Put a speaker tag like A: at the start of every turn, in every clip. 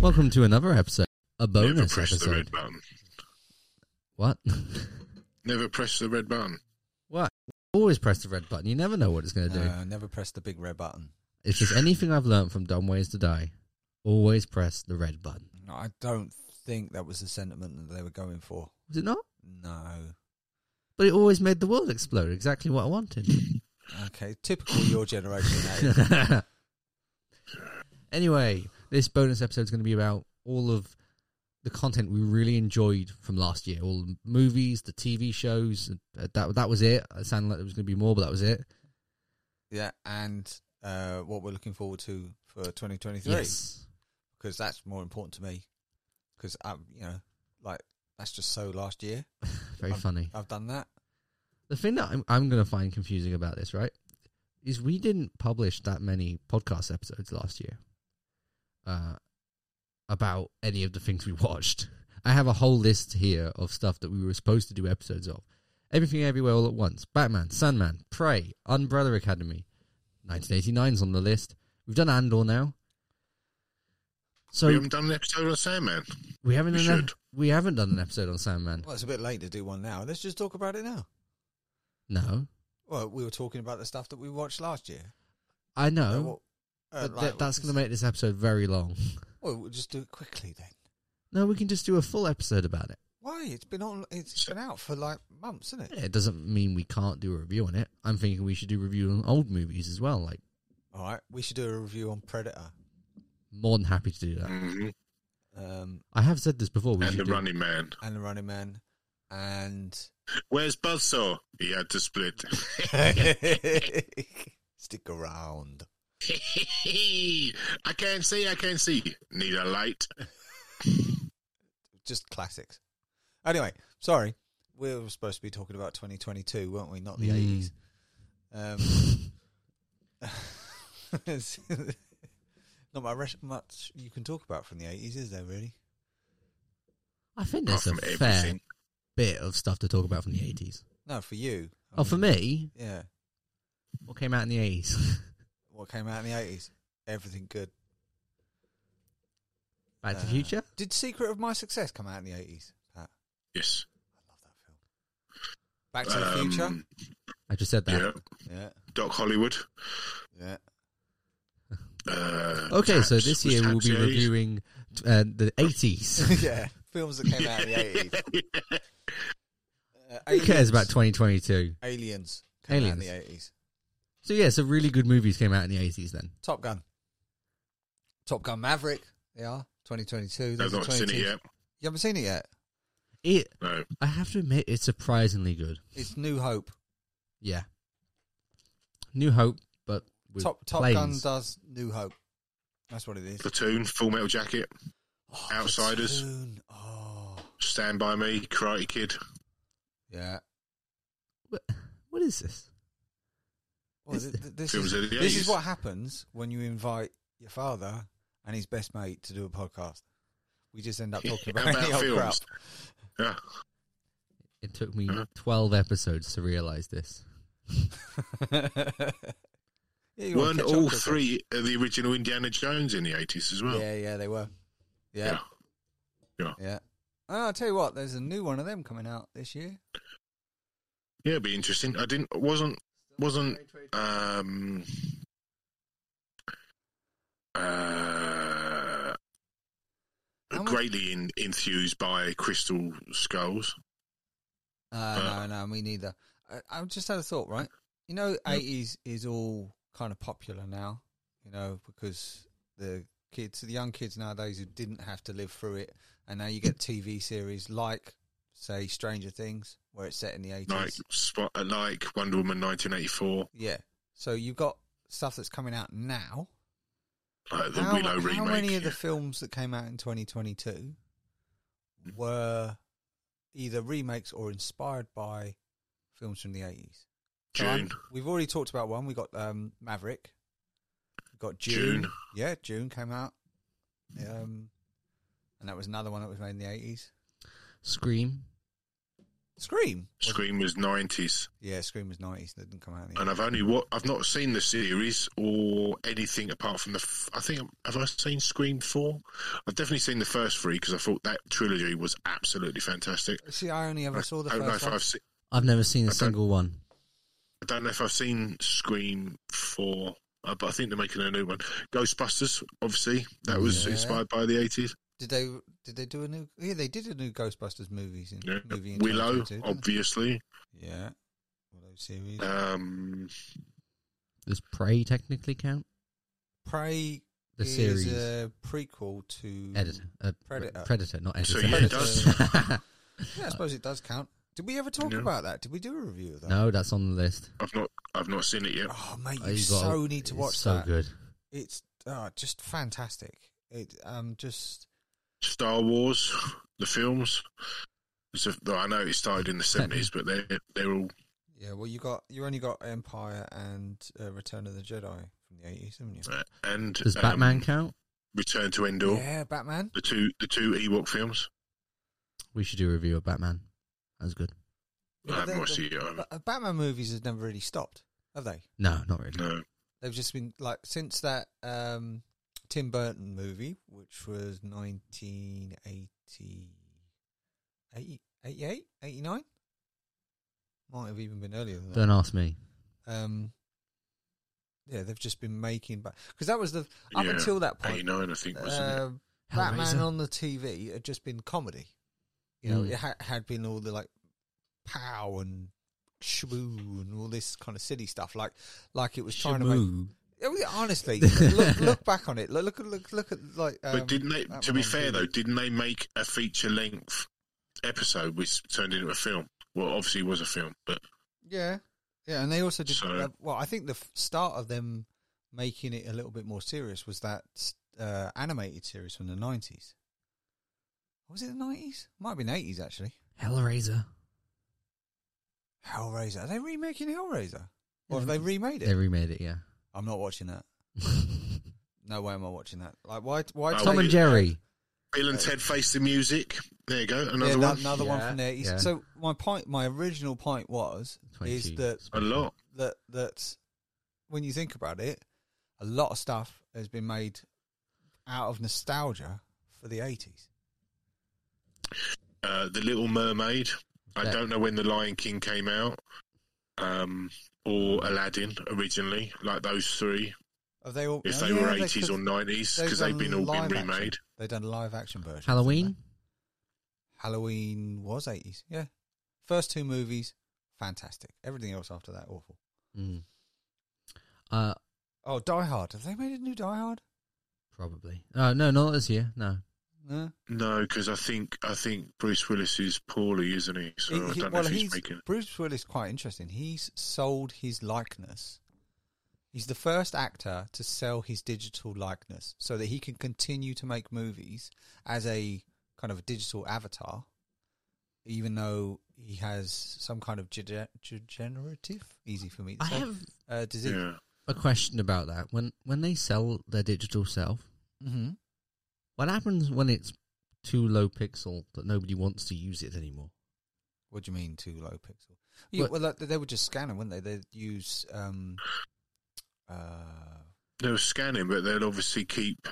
A: Welcome to another episode. A
B: Never
A: bonus
B: press the
A: episode.
B: red button.
A: What?
B: Never press the red button.
A: what? Always press the red button. You never know what it's going to do.
C: Uh, never press the big red button.
A: If there's anything I've learned from Dumb Ways to Die, always press the red button.
C: I don't think that was the sentiment that they were going for.
A: Was it not?
C: No.
A: But it always made the world explode. Exactly what I wanted.
C: Okay, typical your generation. eh?
A: anyway, this bonus episode is going to be about all of the content we really enjoyed from last year. All the movies, the TV shows. uh, That that was it. It sounded like there was going to be more, but that was it.
C: yeah, and uh, what we're looking forward to for 2023
A: Yes.
C: because that's more important to me because I'm, you know, like that's just so last year.
A: Very funny.
C: I've done that.
A: The thing that I'm, I'm going to find confusing about this, right, is we didn't publish that many podcast episodes last year uh, about any of the things we watched. I have a whole list here of stuff that we were supposed to do episodes of. Everything Everywhere All at Once, Batman, Sandman, Prey, Umbrella Academy. 1989's on the list. We've done Andor now. So
B: we haven't done an episode of Sandman.
A: we haven't
B: we
A: done an-
B: should.
A: we haven't done an episode on Sandman.
C: Well, it's a bit late to do one now. Let's just talk about it now.
A: No,
C: Well, we were talking about the stuff that we watched last year.
A: I
C: Uh,
A: know,
C: what- uh,
A: Oh. but
C: like,
A: th- that's going to make this episode very long.
C: Well, we'll just do it quickly then.
A: No, we can just do a full episode about it.
C: Why? It's been on. It's been out for like months, isn't it?
A: It doesn't mean we can't do a review on it. I'm thinking we should do review on old movies as well. Like,
C: All right, we should do a review on Predator.
A: more than happy to do that.
B: hmm
C: um,
A: I have said this before. We
B: And
A: should
B: the
A: do,
B: Running Man.
C: and the Running Man, and
B: Where's Buzzsaw? He had to split.
C: stick around.
B: I can't see. I can't see. Need a light.
C: Just classics. Anyway, sorry, we were supposed to be talking about 2022, weren't we? Not the
A: Mm.
C: 80s. Um, it's- not my res- much you can talk about from the 80s, is there really?
A: I think
B: Apart
A: there's a
B: from
A: fair
B: everything.
A: bit of stuff to talk about from the 80s.
C: No, for you. I
A: Oh, for
C: mean,
A: me,
C: Yeah.
A: what came out in the 80s?
C: What came out in the 80s? Everything good.
A: Back to the
C: Uh,
A: Future?
C: Did Secret of My Success come out in the 80s? Pat?
B: Yes.
C: I love that film. Back to the Future?
B: Um,
A: I just said that.
B: Yeah.
C: Yeah.
B: Doc Hollywood.
C: Yeah.
B: Uh,
A: Okay, so
B: Taps
A: this
B: was
A: year we'll
B: Taps
A: be
B: the 80s.
A: reviewing uh, the 80s.
C: yeah, films that came out in the eighties. Uh,
A: Who cares
C: Aliens-
A: about 2022?
C: Aliens? Came out in the
A: Aliens.
C: eighties.
A: So, yeah, so really good movies came out in the 80s then.
C: Top Gun. Top Gun Maverick. They are twenty twenty two.
B: I've not seen it yet.
C: You haven't seen it yet.
A: It,
B: No.
A: I have to admit, it's surprisingly good.
C: It's New Hope.
A: Yeah. New Hope, but with
C: Top Top
A: planes.
C: Gun does New Hope. That's what it is.
B: Platoon, Full Metal Jacket,
C: Oh,
B: Outsiders.
C: Platoon. Oh,
B: Stand By Me, Karate Kid.
C: yeah.
A: What- what is this?
C: Well,
A: Is
C: th-
A: it-
C: th- this,
B: Films
C: is,
B: of the
C: this
B: 80s.
C: is what happens when you invite your father and his best mate to do a podcast. We just end up talking about,
B: About
C: any old crap.
B: films. Yeah.
A: It took me
B: Huh?
A: 12 episodes to realize this.
C: yeah, you wanna
B: Weren't
C: catch up
B: all
C: to us.
B: three of the original Indiana Jones in the 80s as well?
C: Yeah, yeah, they were. Yeah,
B: Yeah.
C: yeah. Oh, I'll tell you what, there's a new one of them coming out this year.
B: Yeah, it'd be interesting. I didn't wasn't wasn't um uh
C: How much-
B: greatly in, enthused by Crystal Skulls.
C: Uh,
B: Uh.
C: no, no, me neither. I, I just had a thought, right? You know, 80s is all kind of popular now, you know, because the kids, the young kids nowadays who didn't have to live through it, and now you get TV series like, say, Stranger Things, where it's set in the 80s.
B: Like Spot like Wonder Woman nineteen eighty four,
C: Yeah. So you've got stuff that's coming out now
B: like the
C: how,
B: Willow
C: how
B: remake.
C: many of the films that came out in 2022 were either remakes or inspired by films from the 80s? So I'm-
B: June.
C: we've already talked about one. We got um, Maverick. We got June.
B: June.
C: Yeah, June came out. Um, and that was another one that was made in the 80s.
A: Scream.
C: Scream.
B: Scream was nineties,
C: Yeah, Scream was nineties. That didn't come out. In the
B: and I've only what I've not seen the series or anything apart from the. f- I think have I seen Scream four? I've definitely seen the first three because I thought that trilogy was absolutely fantastic.
C: See, I only ever saw the
B: I don't know
C: first
B: if
C: one.
B: I've seen.
A: I've never seen a
B: I don't-
A: single one.
B: I don't know if I've seen Scream four, uh, but I think they're making a new one. Ghostbusters, obviously, that was
C: Yeah.
B: inspired by the eighties.
C: Did they? Did they do a new? Yeah, they did a new Ghostbusters movies in,
B: Yeah.
C: movie. In
B: Willow, Oh.
C: 2022, didn't they?
B: obviously.
C: Yeah. Willow series.
B: Um,
A: Does Prey technically count?
C: Prey
A: The
C: is
A: series
C: a prequel to
A: editor, uh,
C: Predator.
A: predator, not
B: Mm. So
A: editor.
B: yeah, it
C: does. Yeah, I suppose it does count. Did we ever talk
B: No.
C: about that? Did we do a review of that?
A: no, that's on the list.
B: I've not, I've not seen it yet.
C: Oh mate,
A: Oh,
C: you
A: you've got
C: so need to
A: it's
C: watch
A: So
C: that.
A: good.
C: It's oh, just fantastic. It um just
B: Star Wars, the films. It's a, though I know it started in the seventies, but they're they're all
C: yeah. Well, you got you only got Empire and uh, Return of the Jedi from the eighties, haven't you?
B: uh, and
A: Does
B: um,
A: Batman count?
B: Return to Endor,
C: Yeah, Batman.
B: the two the two Ewok films.
A: We should do a review of Batman. That's good.
B: I
C: Yeah,
B: haven't
C: the-
B: watched
C: the-
B: it yet.
C: Ba- uh, Batman movies have never really stopped, have they?
A: No, not really.
B: No,
C: They've just been like since that um, Tim Burton movie, which was 1980, 80 88, 89? Might have even been earlier than that.
A: Don't ask me.
C: Um, yeah, they've just been making because that was the up
B: Yeah,
C: until that
B: eighty
C: point.
B: nine, I think, wasn't it?
C: Uh, Batman
A: Hellraiser.
C: on the TV had just been comedy. You know,
A: Mm.
C: it ha- had been all the like pow and shmoo and all this kind of silly stuff. Like, like it was trying to make
A: Shamu.
C: yeah, well, yeah, honestly, look, look back on it. Look, look, look, look at like. Um,
B: but didn't they?
C: that
B: To
C: one
B: be
C: on
B: fair
C: TV.
B: though, didn't they make a feature length episode which turned into a film? Well, obviously it was a film, but
C: Yeah, yeah, and they also did.
B: So-
C: uh, well, I think the f- start of them making it a little bit more serious was that uh, animated series from the nineties. Was it the nineties? Might have been eighties actually.
A: Hellraiser.
C: Hellraiser. Are they remaking Hellraiser? Or
A: Mm-hmm.
C: have they remade
A: They
C: it?
A: remade it. Yeah.
C: I'm not watching that. No way am I watching that. Like why? Why?
B: Oh,
C: take-
A: Tom and
B: wait.
A: Jerry.
B: Bill and Ted Face the Music. There you go, another
C: yeah, that-
B: one.
C: Another one
A: Yeah,
C: from the 80s.
A: yeah.
C: So my point, my original point was, is
A: 22.
C: that
B: a lot.
C: that that when you think about it, a lot of stuff has been made out of nostalgia for the eighties.
B: Uh, the Little Mermaid. I
A: That-
B: don't know when The Lion King came out, um, or Aladdin originally. Like those three,
C: Have they all?
B: if
C: oh,
B: they
C: yeah,
B: were
C: they-
B: eighties or nineties, because
C: they've
B: they've been
C: done
B: all been
C: live action.
B: remade.
C: They've done live action versions. haven't
A: Halloween.
C: they? Halloween was eighties. Yeah, first two movies, fantastic. Everything else after that, awful.
A: Mm. Uh,
C: Oh, Die Hard. Have they made a new Die Hard?
A: probably. Uh, no, not this year. No.
C: No.
B: No, because I think I think Bruce Willis is poorly, isn't he? So
C: He-
B: I don't
C: he-
B: know
C: well,
B: if he's,
C: he's
B: making.
C: Bruce Willis. Quite interesting. He's sold his likeness. He's the first actor to sell his digital likeness so that he can continue to make movies as a kind of a digital avatar, even though he has some kind of gege- degenerative, easy for me to
A: I
C: say,
A: have
C: uh, disease.
B: Yeah,
A: a question about that. When when they sell their digital self,
C: hmm
A: what happens when it's too low pixel that nobody wants to use it anymore?
C: What do you mean too low pixel? Yeah,
A: Well-
C: well, like, they would just scan them, wouldn't they? They'd use um, uh,
B: they'll scan him, but they'll obviously keep.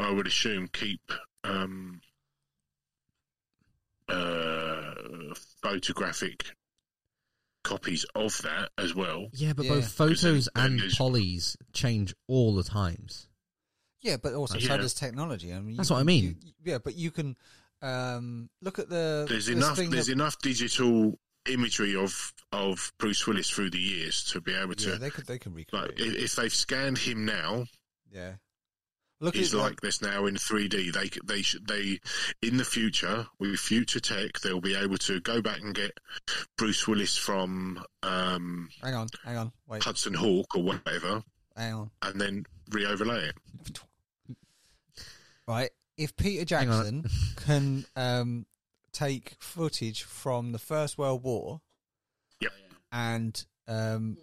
B: I would assume keep um, uh, photographic copies of that as well.
A: Yeah, but
C: Yeah.
A: both photos
B: Because then-
A: and
B: then it's-
A: polys change all the times.
C: Yeah, but also so
B: Yeah.
C: does technology. I mean, you
A: That's what I
C: can-
A: mean.
C: you- yeah, but you can um, look at the.
B: there's
C: this
B: enough
C: thing
B: there's
C: that-
B: enough digital imagery of of Bruce Willis through the years to be able to
C: yeah, they could they can recreate.
B: like
C: it.
B: if, if they've scanned him now
C: yeah, look
B: he's
C: at
B: like this now in 3D they c- they should they in the future with future tech they'll be able to go back and get Bruce Willis from um,
C: Hang on, hang on, wait,
B: Hudson Hawk or whatever
C: hang on.
B: and then re-overlay it
C: Right, if Peter
A: Hang on.
C: Jackson can um, take footage from the First World War
B: Yep.
C: and um,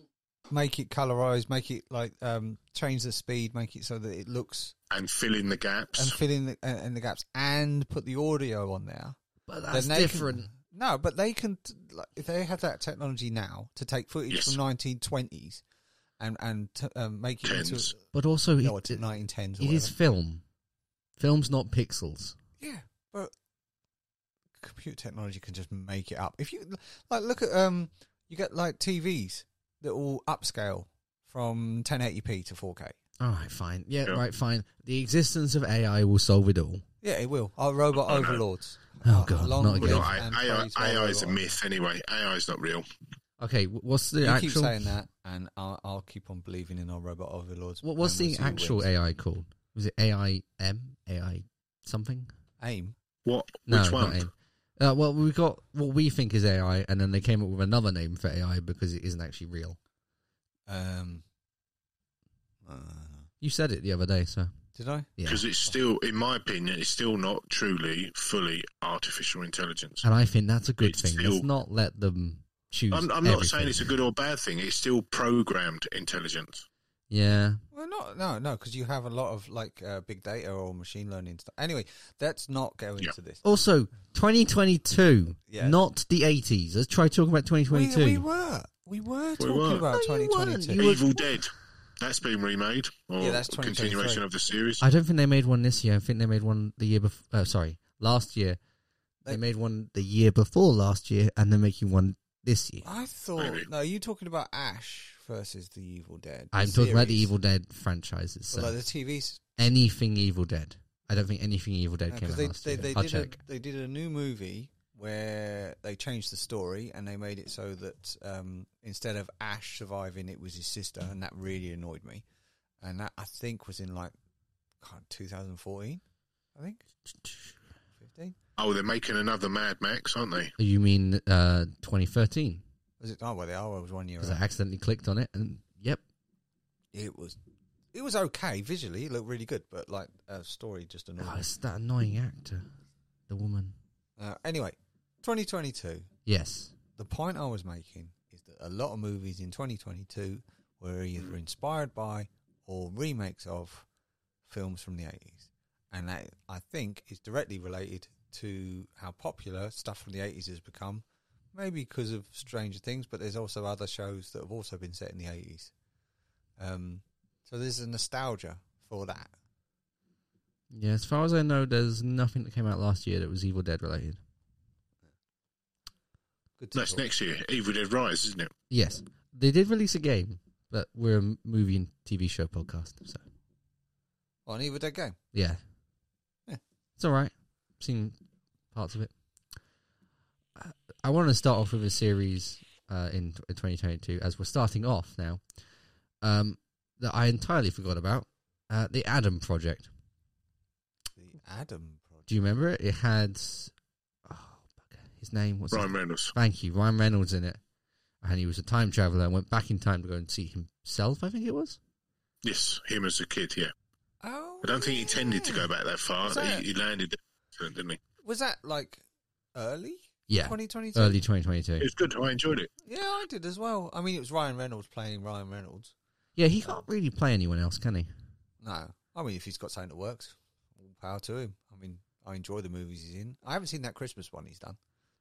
C: make it colorized, make it like um, change the speed, make it so that it looks
B: and fill in the
C: and
B: gaps
C: uh, fill in the, and the gaps, and put the audio on there.
A: But
C: Then
A: that's
C: they can-
A: different.
C: No, but they can. t- Like, if they have that technology now to take footage
B: Yes.
C: from 1920s and and t- um, make it into
B: Tens.
A: But also,
C: no,
A: it,
C: it's 1910s. Or
A: it is
C: whatever.
A: film. Film's not pixels.
C: Yeah, but computer technology can just make it up. If you like, look at um, you get like TVs that all upscale from 1080p to 4K.
A: All right, fine. Yeah,
B: Yeah.
A: right, fine. The existence of AI will solve it all.
C: Yeah, it will. Our robot
B: Oh, no.
C: overlords.
A: Oh,
C: Our
A: God,
C: long
A: not
B: Well,
A: again.
C: live
B: no, I-
C: and
B: AI,
C: praised
B: AI is a
C: robot.
B: myth anyway. AI is not real.
A: Okay, wh- what's the
C: You
A: actual?
C: keep saying that, and I'll, I'll keep on believing in our robot overlords.
A: What was
C: and we'll
A: the
C: see who
A: actual
C: wins.
A: AI called? Was it AI M? AI something?
C: aim?
B: What?
A: No,
B: Which
A: not
B: one?
A: AIM. Uh, well, we got what we think is AI, and then they came up with another name for AI because it isn't actually real.
C: Um, uh,
A: You said it the other day, so
C: did I?
A: yeah.
B: Because it's still, in my opinion, it's still not truly, fully artificial intelligence.
A: And I think that's a good
B: It's
A: thing. Let's
B: still-
A: not let them choose.
B: I'm, I'm not saying
A: everything.
B: it's a good or bad thing. It's still programmed intelligence.
A: Yeah,
C: Well, not no, no, because you have a lot of like uh, big data or machine learning stuff. Anyway, let's not go into
B: Yeah.
C: this.
A: Also, 2022,
C: Yeah.
A: not the 80s. Let's try talking about
C: We,
A: 2022.
C: we were, we were talking
B: were.
C: about
A: No, you weren't.
C: 2022.
A: You were-
B: Evil Dead. That's been remade, or
C: Yeah, that's 2023.
B: continuation of the series.
A: I don't think they made one this year. I think they made one the year before. Uh, sorry, last year. They,
C: They-
A: made one the year before last year, and they're making one this year.
C: I thought.
B: Maybe.
C: No, you talking about Ash versus the Evil Dead. the
A: I'm talking about the
C: series.
A: Evil Dead franchises.
C: Well,
A: So
C: like the TVs.
A: anything Evil Dead. I don't think anything Evil Dead came
C: Because
A: out
C: they,
A: last
C: they,
A: year.
C: they,
A: I'll
C: did
A: check.
C: A, they did a new movie where they changed the story and they made it so that um, instead of Ash surviving, it was his sister, and that really annoyed me. And that I think was in like God, 2014, I think 15.
B: Oh, they're making another Mad Max, aren't they?
A: You mean uh, 2013?
C: Was it? Oh well, they are. I was one year.
A: Because
C: Out.
A: I accidentally clicked on it, and yep,
C: It was. It was okay visually. It looked really good, but like uh, story just annoyed.
A: oh,
C: me.
A: it's that annoying actor, the woman.
C: Uh, anyway, 2022.
A: Yes,
C: the point I was making is that a lot of movies in 2022 were either inspired by or remakes of films from the 80s. And that, I think, is directly related to how popular stuff from the 80s has become. Maybe because of Stranger Things, but there's also other shows that have also been set in the 80s. Um, so there's a nostalgia for that.
A: yeah. As far as I know, there's nothing that came out last year that was Evil Dead related.
C: Good to
B: That's
C: talk.
B: next year. Evil Dead Rise, isn't it?
A: Yes, they did release a game, but we're a movie and TV show podcast, so
C: On Evil Dead Game.
A: yeah,
C: Yeah.
A: it's all right. Seen parts of it. I- I want to start off with a series uh, in t- 2022, as we're starting off now, um, that I entirely forgot about uh, the Adam Project.
C: The Adam Project.
A: Do you remember it? It had oh, bugger, his name. What's his
B: Ryan Reynolds.
A: Thank you. Ryan Reynolds in it. And he was a time traveler and went back in time to go and see himself, I think it was.
B: Yes, him as a kid. Yeah,
C: Oh,
B: I don't think he intended to
C: yeah.
B: go back that far.
C: Was that-
B: He, he landed, didn't he?
C: Was that like early?
A: Yeah.
C: 2022?
A: Early
B: It
A: 2022.
B: was good. I enjoyed it.
C: Yeah, I did as well. I mean, it was Ryan Reynolds playing Ryan Reynolds.
A: Yeah, he can't really play anyone else, can he?
C: No, I mean, if he's got something that works, all power to him. I mean, I enjoy the movies he's in. I haven't seen that Christmas one he's done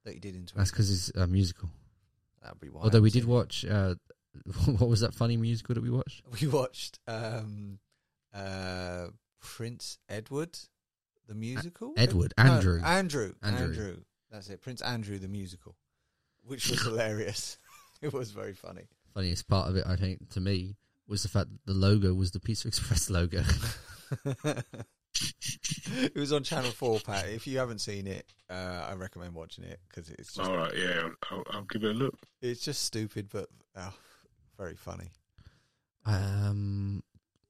C: that he did in
A: That's
C: 20.
A: because he's a musical.
C: That'd be why. I
A: Although we
C: haven't
A: did watch, uh, what was that funny musical that we watched?
C: seen it. we watched um, uh, Prince Edward the musical.
A: Edward,
C: No,
A: Andrew.
C: Andrew,
A: Andrew.
C: Andrew, That's it, Prince Andrew the musical, which was hilarious. It was very funny.
A: Funniest part of it, I think, to me, was the fact that the logo was the Pizza Express logo.
C: it was on Channel Four, Pat. If you haven't seen it, uh, I recommend watching it because it's just
B: All right. Yeah, I'll, I'll give it a look.
C: it's just stupid, but oh, very funny.
A: um,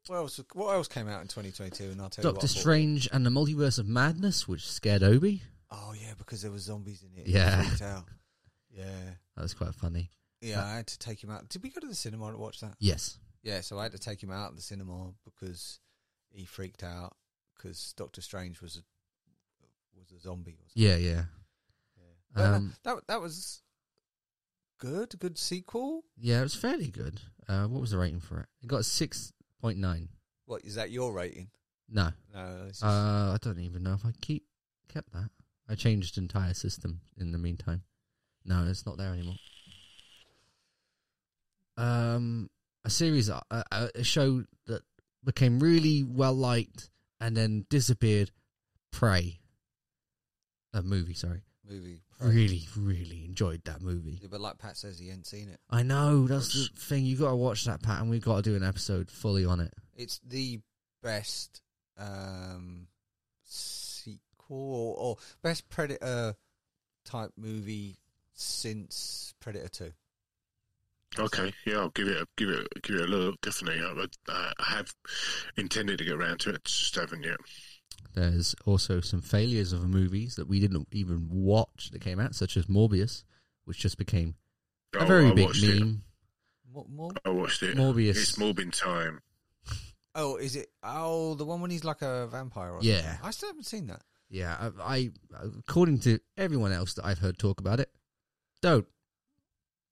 C: What else? What else came out in 2022? And I'll tell you what.
A: Doctor
C: I bought.
A: Strange and the Multiverse of Madness, which scared Obi.
C: Oh yeah, because there were zombies in it.
A: Yeah.
C: It freaked out. Yeah,
A: That was quite funny.
C: yeah. I had to take him out. Did we go to the cinema to watch that?
A: Yes.
C: Yeah, so I had to take him out of the cinema because he freaked out because Doctor Strange was a was a zombie. Or something.
A: Yeah, yeah.
C: But no,
A: Um,
C: that that was good. Good sequel.
A: Yeah, it was fairly good. Uh, what was the rating for it? It got six point nine.
C: What is that? Your rating?
A: No,
C: No, this is-
A: uh, I don't even know if I keep kept that. I changed entire system in the meantime. No, it's not there anymore. Um, a series, a, a a show that became really well liked and then disappeared. Prey, a movie. Sorry,
C: Movie. Pro.
A: really, really enjoyed that movie.
C: Yeah, but like Pat says, he ain't seen it.
A: I know that's the thing. You got to watch that, Pat, and we've got to do an episode fully on it.
C: It's the best um, sequel or, or best Predator type movie since Predator Two.
B: Okay, yeah, I'll give it a, give it a, give it a look. Definitely, I, I, I have intended to get around to it, just haven't yet.
A: There's also some failures of movies that we didn't even watch that came out, such as Morbius, which just became a
B: Oh,
A: very
B: I
A: big
B: watched it.
A: meme.
C: What more?
B: I watched it.
A: Morbius.
B: It's Morbin time.
C: Oh, is it? Oh, the one when he's like a vampire. Or
A: Yeah.
C: something. I still haven't seen that.
A: Yeah, I, I according to everyone else that I've heard talk about it, don't.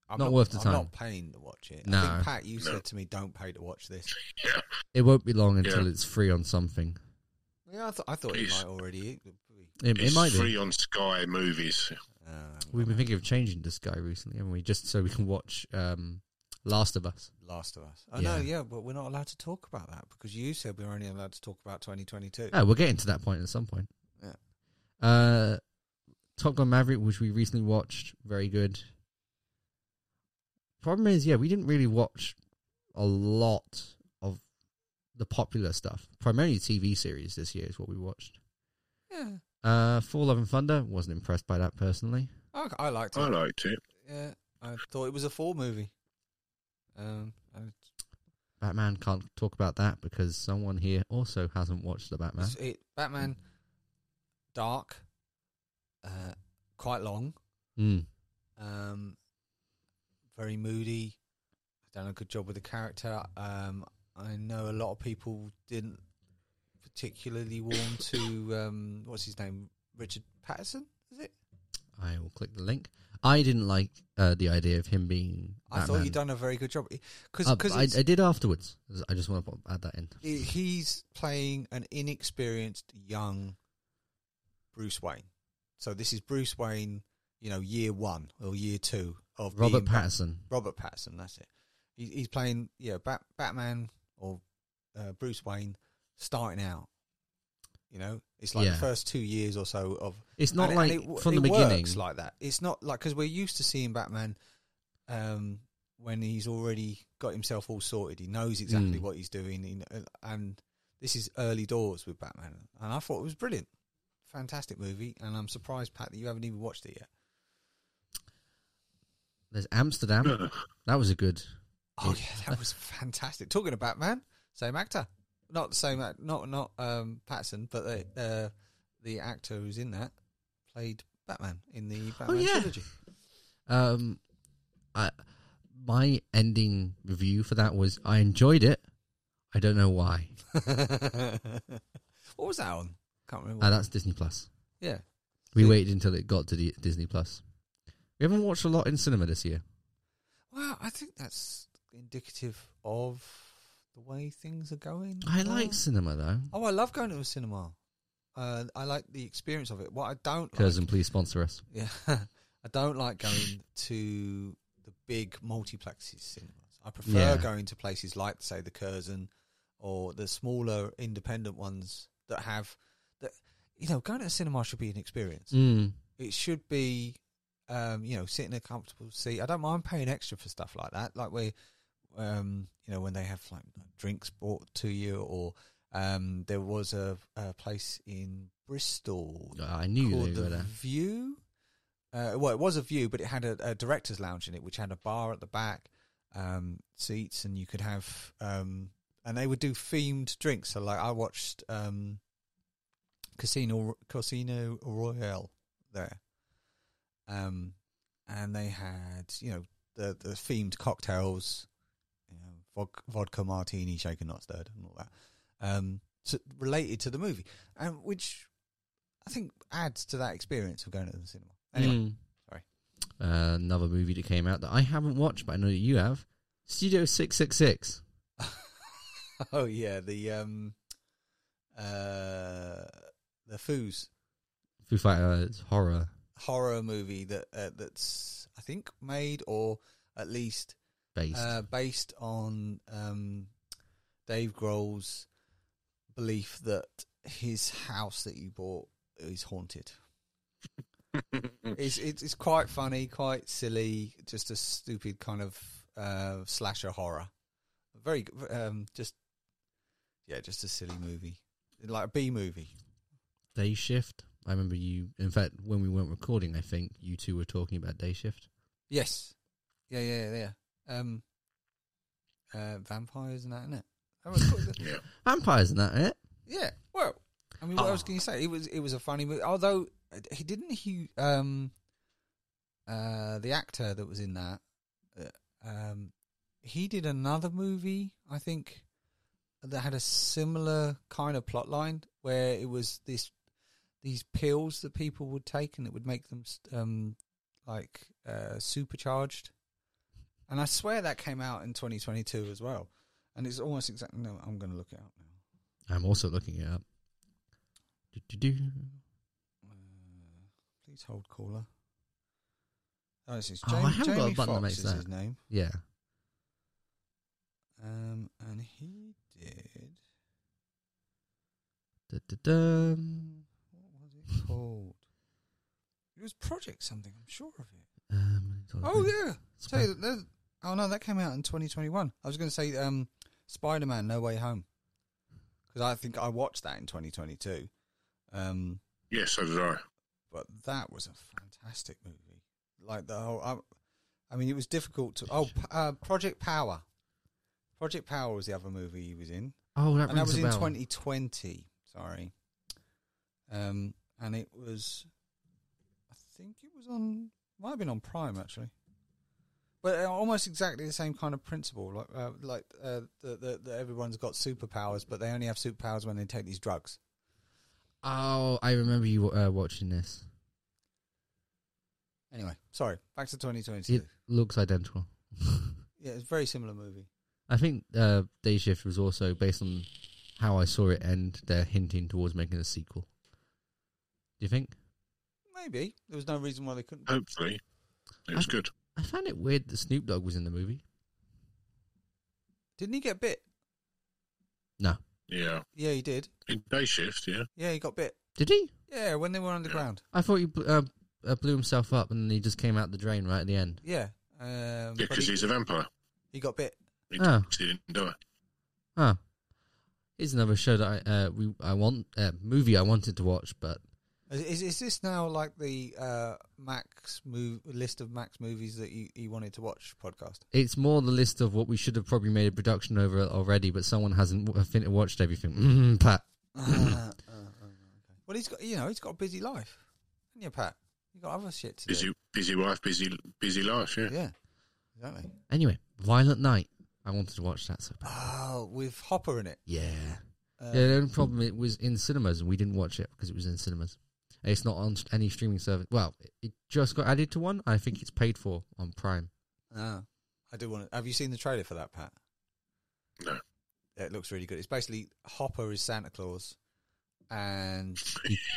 C: I'm
A: Not worth the
C: I'm
A: time.
C: not paying to watch it. I
A: No.
C: think, Pat, you
B: No.
C: said to me, "Don't pay to watch this."
B: Yeah,
A: It won't be long until
B: Yeah.
A: it's free on something.
C: Yeah, I, th- I thought it
B: It's-
C: might already.
A: It, it
B: it's
A: might
B: free
A: be.
B: on Sky Movies.
C: Uh,
A: We've been thinking of changing the sky recently, haven't we? Just so we can watch um, Last of Us.
C: Last of Us. Oh
A: Yeah.
C: no, yeah, but we're not allowed to talk about that because you said we were only allowed to talk about 2022.
A: Oh, we're getting to that point at some point.
C: Yeah.
A: Uh, Top Gun Maverick, which we recently watched, very good. Problem is, yeah, we didn't really watch a lot of the popular stuff. Primarily TV series this year is what we watched.
C: Yeah,
A: Uh, For Love and Thunder, wasn't impressed by that personally.
C: I, I liked it.
B: I liked it.
C: Yeah, I thought it was a four movie. Um, and
A: Batman can't talk about that because someone here also hasn't watched the Batman.
C: it's- it, Batman, dark, uh, quite long,
A: Mm.
C: um, very moody. Done a good job with the character. Um, I know a lot of people didn't particularly warm to um, what's his name, Richard Patterson. Is it?
A: I will click the link. I didn't like uh, the idea of him being.
C: I thought
A: Batman.
C: you'd done a very good job because
A: Uh, I, I did afterwards. I just want to add that in.
C: he's playing an inexperienced young Bruce Wayne. So this is Bruce Wayne, you know, year one or year two of
A: Robert
C: being Bat-
A: Patterson.
C: Robert Pattinson, that's it. He, he's playing, yeah, Bat- Batman or uh, Bruce Wayne starting out. You know, it's like
A: Yeah.
C: the first two years or so of
A: It's not
C: and it-
A: like
C: and it w-
A: from the
C: it
A: beginning.
C: works like that. It's not like because we're used to seeing Batman um, when he's already got himself all sorted. He knows exactly
A: Mm.
C: what he's doing, he, kn- and this is early doors with Batman. And I thought it was brilliant, fantastic movie. And I'm surprised, Pat, that you haven't even watched it yet.
A: There's Amsterdam.
B: No.
A: That was a good.
C: Oh yeah, that was fantastic. Talking of Batman, same actor, not the same, act, not not um, Patson, but the uh, the actor who's in that played Batman in the Batman
A: Oh, yeah.
C: trilogy.
A: Um, I, my ending review for that was I enjoyed it. I don't know why.
C: what was that on? Can't remember.
A: Uh, that's Disney Plus.
C: yeah,
A: We
C: See-
A: waited until it got to the Disney Plus. We haven't watched a lot in cinema this year.
C: Well, I think that's indicative of the way things are going.
A: I
C: now.
A: like cinema though.
C: Oh, I love going to a cinema. Uh, I like the experience of it. What I don't like,
A: Curzon, please sponsor us.
C: yeah, I don't like going to the big multiplexes cinemas. I prefer
A: Yeah.
C: going to places like, say, the Curzon or the smaller independent ones that have that. You know, going to a cinema should be an experience.
A: Mm.
C: it should be um, you know sit in a comfortable seat. I don't mind paying extra for stuff like that, like we, um, you know, when they have like drinks brought to you, or um, there was a, a place in Bristol
A: I knew they
C: called
A: were
C: the
A: there.
C: View. Uh, well, it was a view, but it had a, a director's lounge in it, which had a bar at the back, um, seats, and you could have. Um, and they would do themed drinks. So, like, I watched um, Casino Casino Royale there, um, and they had you know the the themed cocktails, you know, vodka, vodka martini, shaken not stirred, and all that, um, so related to the movie, and which I think adds to that experience of going to the cinema. Anyway,
A: Mm.
C: sorry.
A: Uh, another movie that came out that I haven't watched, but I know that you have. Studio Six Six Six.
C: oh yeah, the um, uh, the foos.
A: Foo Fighters horror
C: horror movie that uh, that's I think made or at least
A: Based.
C: uh, based on um, Dave Grohl's belief that his house that he bought is haunted. it's, it's it's quite funny, quite silly, just a stupid kind of uh, slasher horror. Very g- um, just yeah, just a silly movie, like a B movie.
A: day shift. I remember you. In fact, when we weren't recording, I think you two were talking about day shift.
C: Yes. Yeah, yeah, yeah. yeah. Um, uh, vampires and that, isn't it? That was quite the-
B: Yeah.
A: Vampires and that, eh?
C: yeah. Well, I mean, what
A: Oh.
C: else can you say? It was it was a funny movie. Although uh, he didn't he um uh the actor that was in that uh, um he did another movie I think that had a similar kind of plot line where it was this these pills that people would take and it would make them um like uh supercharged and I swear that came out in 2022 as well and it's almost exactly no I'm going to look it up now
A: I'm also looking it up. Do-do-do.
C: Uh, please hold caller. Oh, this is
A: Oh,
C: Jamie,
A: I haven't got a
C: Jamie
A: button that
C: Foxx
A: makes
C: is
A: that.
C: his name.
A: Yeah.
C: Um, and he did.
A: Da-da-dum.
C: What was it called? It was Project something. I'm sure of it.
A: Um, it's all
C: Oh
A: good.
C: yeah.
A: Spi-
C: Tell you, that- that- oh no, that came out in 2021. I was going to say um, Spider-Man: No Way Home because I think I watched that in 2022. Um,
B: Yeah, so did I.
C: but that was a fantastic movie. Like the whole, I, I mean, it was difficult to. Oh, P- uh, Project Power. Project Power was the other movie he was in,
A: Oh, that
C: and that
A: rings
C: was
A: a
C: in
A: bell.
C: 2020. Sorry. Um, and it was, I think it was on, might have been on Prime actually, but uh, almost exactly the same kind of principle. Like, uh, like uh, the, the, the everyone's got superpowers, but they only have superpowers when they take these drugs.
A: Oh, I remember you uh, watching this.
C: Anyway, sorry. Back to 2022.
A: It looks identical.
C: Yeah, it's a very similar movie.
A: I think uh, Day Shift was also based on how I saw it end. They're hinting towards making a sequel. Do you think?
C: Maybe there was no reason why they couldn't.
B: Hopefully. It was
A: I-
B: good.
A: I found it weird that Snoop Dogg was in the movie.
C: Didn't he get bit?
A: No,
B: Yeah.
C: Yeah, he did.
B: In day shift, yeah.
C: Yeah, he got bit.
A: did he?
C: Yeah, when they were underground.
A: I thought he bl- uh, uh, blew himself up and he just came out the drain right at the end.
C: Yeah. Um,
B: Yeah,
C: but
B: because
C: he,
B: he's a vampire.
C: he got bit.
B: He,
A: Oh.
B: he didn't die.
A: Huh. Here's another show that I uh, we I want uh, movie I wanted to watch, but
C: Is, is, is this now like the uh, Max move, list of Max movies that you, you wanted to watch podcast?
A: it's more the list of what we should have probably made a production over already, but someone hasn't w- fin- watched everything. Mm, Pat,
C: uh, uh, uh, okay. Well, he's got you know he's got a busy life, haven't you, Pat? You got other shit to
B: Busy, busy wife, busy, busy life. Yeah.
C: do. Yeah, exactly.
A: anyway, Violent Night. I wanted to watch that so bad.
C: Oh, with Hopper in it.
A: Yeah.
C: Uh,
A: yeah. The only problem it was in cinemas and we didn't watch it because it was in cinemas. And It's not on s- any streaming service. Well, it- it just got added to one. I think it's paid for on Prime.
C: Ah, I do want to. Have you seen the trailer for that, Pat?
B: No.
C: It looks really good. It's basically Hopper is Santa Claus, and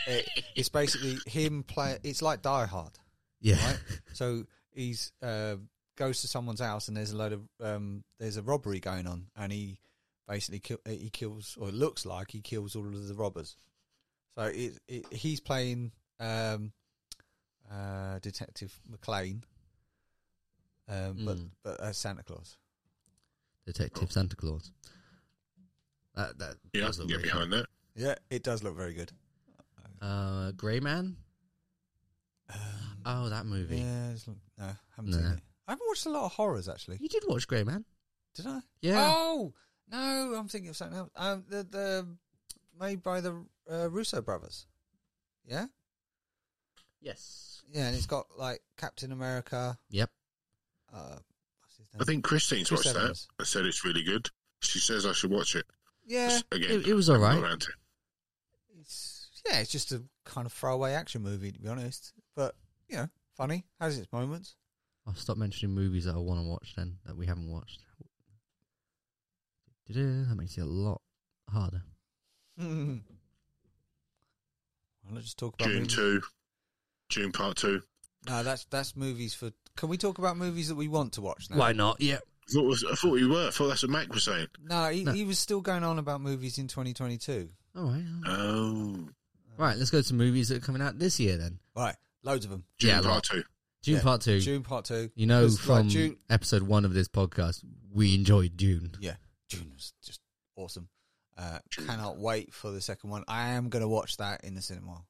C: it, it's basically him play. It's like Die Hard,
A: Yeah.
C: right? so he's uh, goes to someone's house, and there's a load of um, there's a robbery going on, and he basically kill, he kills, or it looks like he kills all of the robbers. So it, it he's playing um, uh, Detective McLean, um, but
A: Mm.
C: but uh, Santa Claus.
A: Detective Santa Claus. That that
B: Yeah, I
A: does
B: can
A: look
B: get
A: really cool.
B: behind that.
C: Yeah, it does look very good.
A: Uh, Grey Man.
C: Um,
A: Oh, that movie.
C: yeah, it's, not- no, haven't
A: No.
C: seen it. I've watched a lot of horrors actually.
A: You did watch Grey Man.
C: Did I?
A: Yeah.
C: Oh no, I'm thinking of something else. Um, the the made by the uh, Russo brothers. Yeah,
A: Yes.
C: yeah, and it's got like Captain America.
A: Yep.
C: Uh, what's his name?
B: I think Christine's
C: Chris
B: watched that.
C: Evans.
B: I said it's really good. She says I should watch it
C: Yeah,
B: again.
A: It, it was all
B: I'm
A: right.
B: not around to it.
C: it's yeah, it's just a kind of throwaway action movie to be honest, but you know, funny has its moments.
A: I'll stop mentioning movies that I want to watch then that we haven't watched. Da-da, That makes it a lot harder.
C: well, let's just talk about
B: June
C: movies.
B: two. June Part Two.
C: No, that's that's movies for. Can we talk about movies that we want to watch now?
A: Why not? Yeah.
B: I thought, it was, I thought you were. I thought that's what Mac was saying.
C: No, he,
A: No.
C: he was still going on about movies in 2022.
A: All right. all right.
B: Oh,
A: All right, let's go to movies that are coming out this year then.
C: Right, loads of them.
B: June
A: Yeah,
B: Part Two.
A: June
C: Yeah,
A: Part 2.
C: June part two.
A: You know,
C: It was, like,
A: from
C: June.
A: episode one of this podcast, we enjoyed June.
C: Yeah, June was just awesome. Uh, cannot wait for the second one. I am going to watch that in the cinema.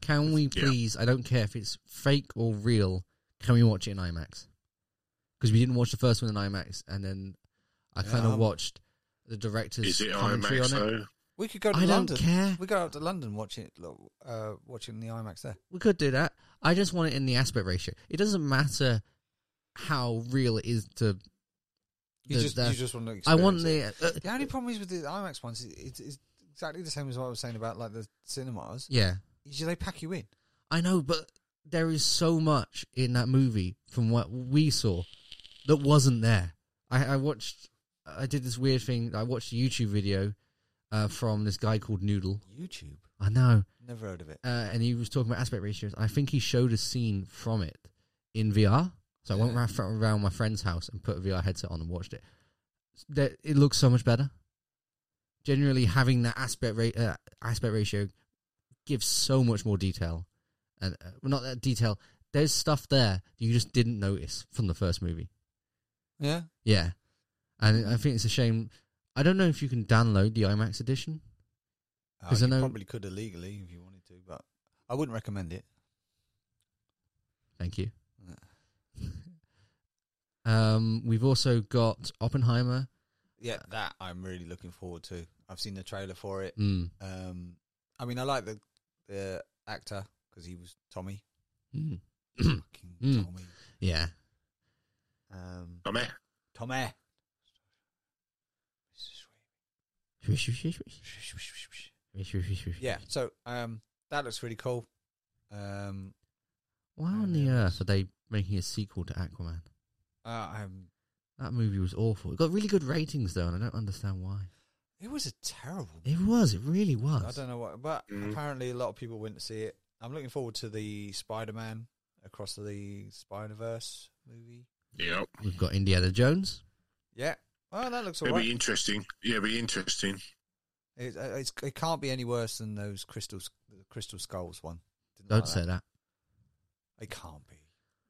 A: Can we
B: Yeah.
A: please? I don't care if it's fake or real. Can we watch it in IMAX? Because we didn't watch the first one in IMAX, and then I kind
C: Yeah. um,
A: of watched the director's
B: Is it
A: commentary
B: IMAX
A: on it.
B: though?
C: We could go to
A: I don't
C: London.
A: care.
C: We go up to London watch it, lo- uh, watching the IMAX there.
A: We could do that. I just want it in the aspect ratio. It doesn't matter how real it is to.
C: You
A: the-
C: just
A: the-
C: you just want to.
A: I want
C: experience
A: the. Uh,
C: it. The only problem is with the IMAX ones. is It's, it's exactly the same as what I was saying about like the cinemas.
A: yeah,
C: Is They pack you in.
A: I know, but there is so much in that movie from what we saw that wasn't there. I, I watched. I did this weird thing. I watched a YouTube video uh, from this guy called Noodle.
C: YouTube.
A: I know.
C: Never heard of it.
A: uh, and he was talking about aspect ratios. I think he showed a scene from it in VR. So I went
C: Yeah.
A: ra- around my friend's house and put a VR headset on and watched it. S- That it looks so much better. Generally, having that aspect ra- uh, aspect ratio gives so much more detail, and uh, well, not that detail. There's stuff there that you just didn't notice from the first movie.
C: Yeah.
A: Yeah, and I think it's a shame. I don't know if you can download the IMAX edition.
C: Uh,
A: 'Cause I
C: you
A: know-
C: probably could illegally if you wanted to, but I wouldn't recommend it.
A: Thank you. Um, we've also got Oppenheimer.
C: Yeah, that I'm really looking forward to. I've seen the trailer for it.
A: Mm.
C: Um, I mean, I like the the actor because he was Tommy.
A: Mm.
C: Fucking
A: Mm.
C: Tommy.
A: Yeah.
C: Um,
B: I'm eh.
C: Tommy. Yeah, so um, that looks really cool. Um,
A: Why on the earth are they making a sequel to Aquaman?
C: uh, I'm,
A: That movie was awful. It got really good ratings though, and I don't understand why.
C: it was a terrible.
A: It was. It really was.
C: I don't know what, but
B: Mm.
C: apparently a lot of people went to see it. I'm looking forward to the Spider-Man across the Spider-Verse movie.
B: Yep.
A: We've got Indiana Jones.
C: Yeah. Oh, that looks
B: It'll
C: alright.
B: be interesting. Yeah, it'll be interesting.
C: It, uh, it's, it can't be any worse than those crystals, the crystal skulls one. Didn't
A: Don't
C: like
A: say
C: that.
A: that.
C: It can't be.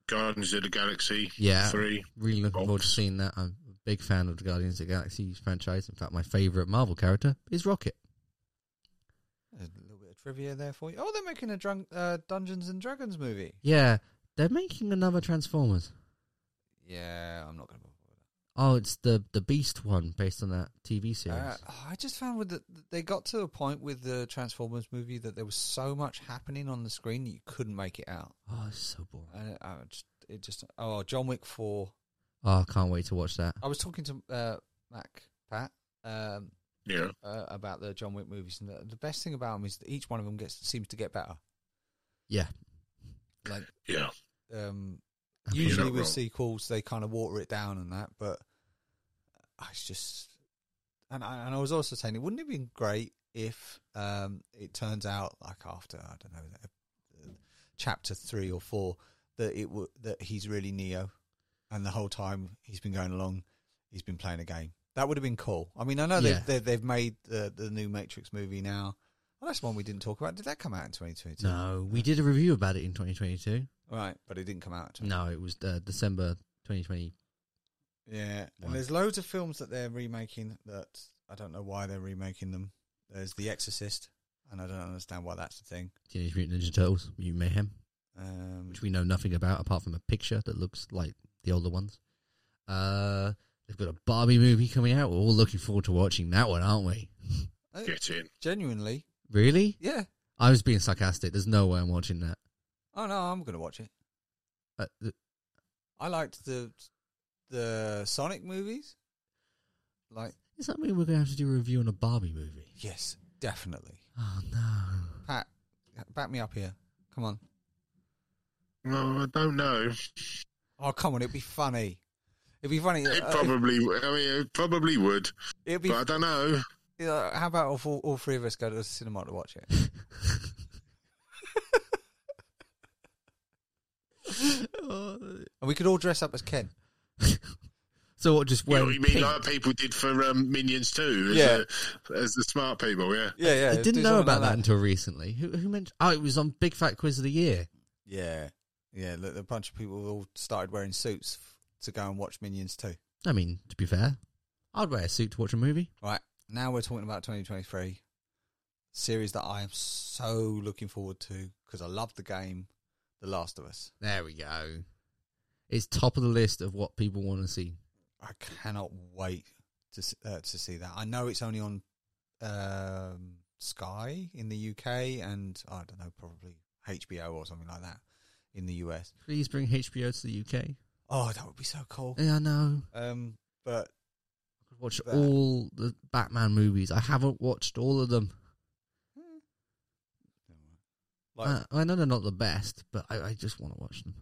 B: Guardians of the Galaxy.
A: Yeah.
B: Three.
A: Really looking forward to
B: Box.
A: seeing that. I'm a big fan of the Guardians of the Galaxy franchise. In fact, my favorite Marvel character is Rocket.
C: There's a little bit of trivia there for you. Oh, they're making a drunk, uh, Dungeons and Dragons movie.
A: Yeah, they're making another Transformers.
C: Yeah, I'm not going to bother with
A: Oh, it's the the Beast one based on that TV series.
C: that. Uh, I just found with the, they got to a point with the Transformers movie that there was so much happening on the screen that you couldn't make it out.
A: oh, it's so boring.
C: And I just, it just oh John Wick four.
A: Oh, I can't wait to watch that.
C: I was talking to uh, Mac Pat um,
B: Yeah.
C: uh, about the John Wick movies, and the, the best thing about them is that each one of them gets seems to get better.
A: Yeah.
C: Like
B: Yeah.
C: um,
A: I mean,
C: usually
B: not
C: with
B: wrong.
C: sequels they kind of water it down and that but i was just and I, and I was also saying it wouldn't have been great if um it turns out like after i don't know uh, chapter 3 or 4 that it w- that he's really neo and the whole time he's been going along he's been playing a game that would have been cool i mean i know
A: Yeah.
C: they've, they've they've made the the new matrix movie now well, that's one we didn't talk about. Did that come out in 2022?
A: No, we did a review about it in 2022.
C: Right, but it didn't come out. in
A: No, it was uh, December 2020.
C: Yeah,
A: Right.
C: and there's loads of films that they're remaking that I don't know why they're remaking them. There's The Exorcist, and I don't understand why that's a thing.
A: Teenage Mutant Ninja Turtles: Mutant Mayhem,
C: Um,
A: which we know nothing about apart from a picture that looks like the older ones. Uh, they've got a Barbie movie coming out. We're all looking forward to watching that one, aren't we?
C: uh,
B: Get in.
C: Genuinely,
A: Really?
C: yeah.
A: I was being sarcastic. There's no way I'm watching that.
C: Oh no, I'm gonna watch it.
A: Uh, th-
C: I liked the the Sonic movies. Like
A: does that mean we're going to have to do a review on a Barbie movie?
C: yes, definitely.
A: Oh no.
C: Pat, back me up here. Come on.
B: No, I don't know.
C: Oh come on, it'd be funny. It'd be funny.
B: It
C: uh,
B: probably. I mean, it probably would,
C: It'd be.
B: but I don't know.
C: uh, how about if all, all three of us go to the cinema to watch it?
A: Oh,
C: And we could all dress up as Ken.
A: so what? Just
B: You know
A: wearing
B: what you
A: pink?
B: mean? Like people did for um, Minions too. As
C: Yeah.
B: the, as the smart people. Yeah.
C: Yeah, yeah.
A: I
C: let's
A: didn't
C: do
A: know
C: something
A: about
C: like
A: that until recently. Who, who mentioned? Oh, it was on Big Fat Quiz of the Year.
C: Yeah, yeah. Look, a bunch of people all started wearing suits f- to go and watch Minions too.
A: I mean, to be fair, I'd wear a suit to watch a movie.
C: Right now, we're talking about 2023 series that I am so looking forward to because I love the game, The Last of Us.
A: There we go. It's top of the list of what people want to see.
C: I cannot wait to s- uh, to see that. I know it's only on um, Sky in the UK and I don't know, probably HBO or something like that in the US.
A: Please bring HBO to the UK.
C: Oh, that would be so cool.
A: Yeah, I know.
C: Um, but
A: I've watched
C: That.
A: all the Batman movies. I haven't watched all of them.
C: like,
A: I, I know Uh, they're not the best, but I, I just want to watch them.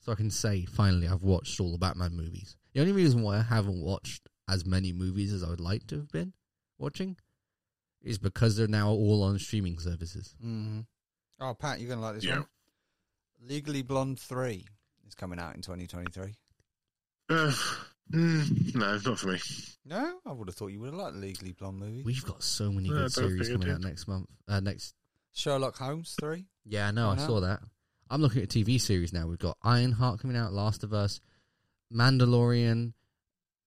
A: So I can say, finally, I've watched all the Batman movies. The only reason why I haven't watched as many movies as I would like to have been watching is because they're now all on streaming services.
C: hmm oh, Pat, you're gonna like this
B: Yeah.
C: one. Legally Blonde Three is coming out in 2023.
B: Uh, mm, no, not for me.
C: No, I would have thought you would have liked the Legally Blonde movie.
A: We've got so many
B: Yeah, I
A: good
B: don't
A: series
B: think I
A: coming out
B: did.
A: next month. Uh, next,
C: Sherlock Holmes Three.
A: yeah, I know. I
C: Yeah.
A: saw that. I'm looking at TV series now. We've got Ironheart coming out, Last of Us, Mandalorian,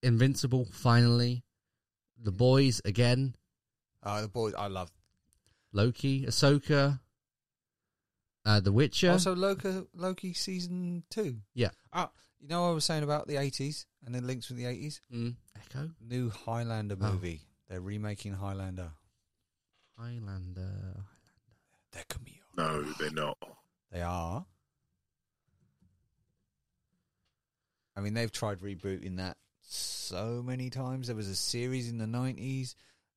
A: Invincible. Finally, The Boys again.
C: Oh, the boys, I love.
A: Loki, Ahsoka, uh, The Witcher.
C: Also, Loki, Loki season two.
A: Yeah.
C: Ah, you know what I was saying about the 80s and then links with the 80s.
A: Mm. Echo,
C: New Highlander
A: Oh.
C: movie. They're remaking Highlander.
A: Highlander.
C: They're coming. out.
B: No, they're not.
C: They are. I mean, they've tried rebooting that so many times. There was a series in the nineties.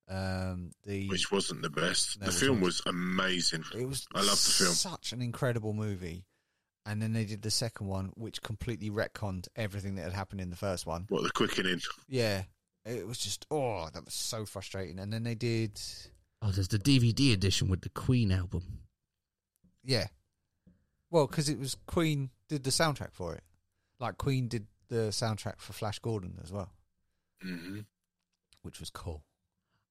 C: Um, the
B: Which wasn't the best.
C: No,
B: the
C: it
B: film
C: wasn't.
B: was amazing.
C: it was.
B: I love the film.
C: Such an incredible movie. And then they did the second one, which completely retconned everything that had happened in the first one.
B: What the quickening?
C: Yeah, it was just oh, that was so frustrating. And then they did,
A: Oh, there's the DVD edition with the Queen album.
C: yeah. Well, because it was Queen did the soundtrack for it, like Queen did the soundtrack for Flash Gordon as well,
B: hmm
C: which was cool.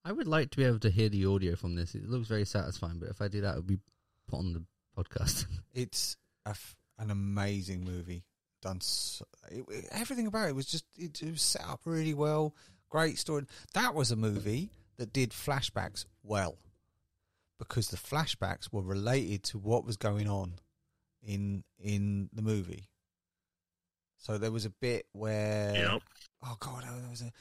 A: I would like to be able to hear the audio from this. It looks very satisfying, but if I do that, it would be put on the podcast.
C: It's a f- an amazing movie. Done so, it, it- everything about it was just it, it was set up really well. Great story. That was a movie that did flashbacks well because the flashbacks were related to what was going on in in the movie. So there was a bit where
B: Yeah.
C: oh god, oh, there was a.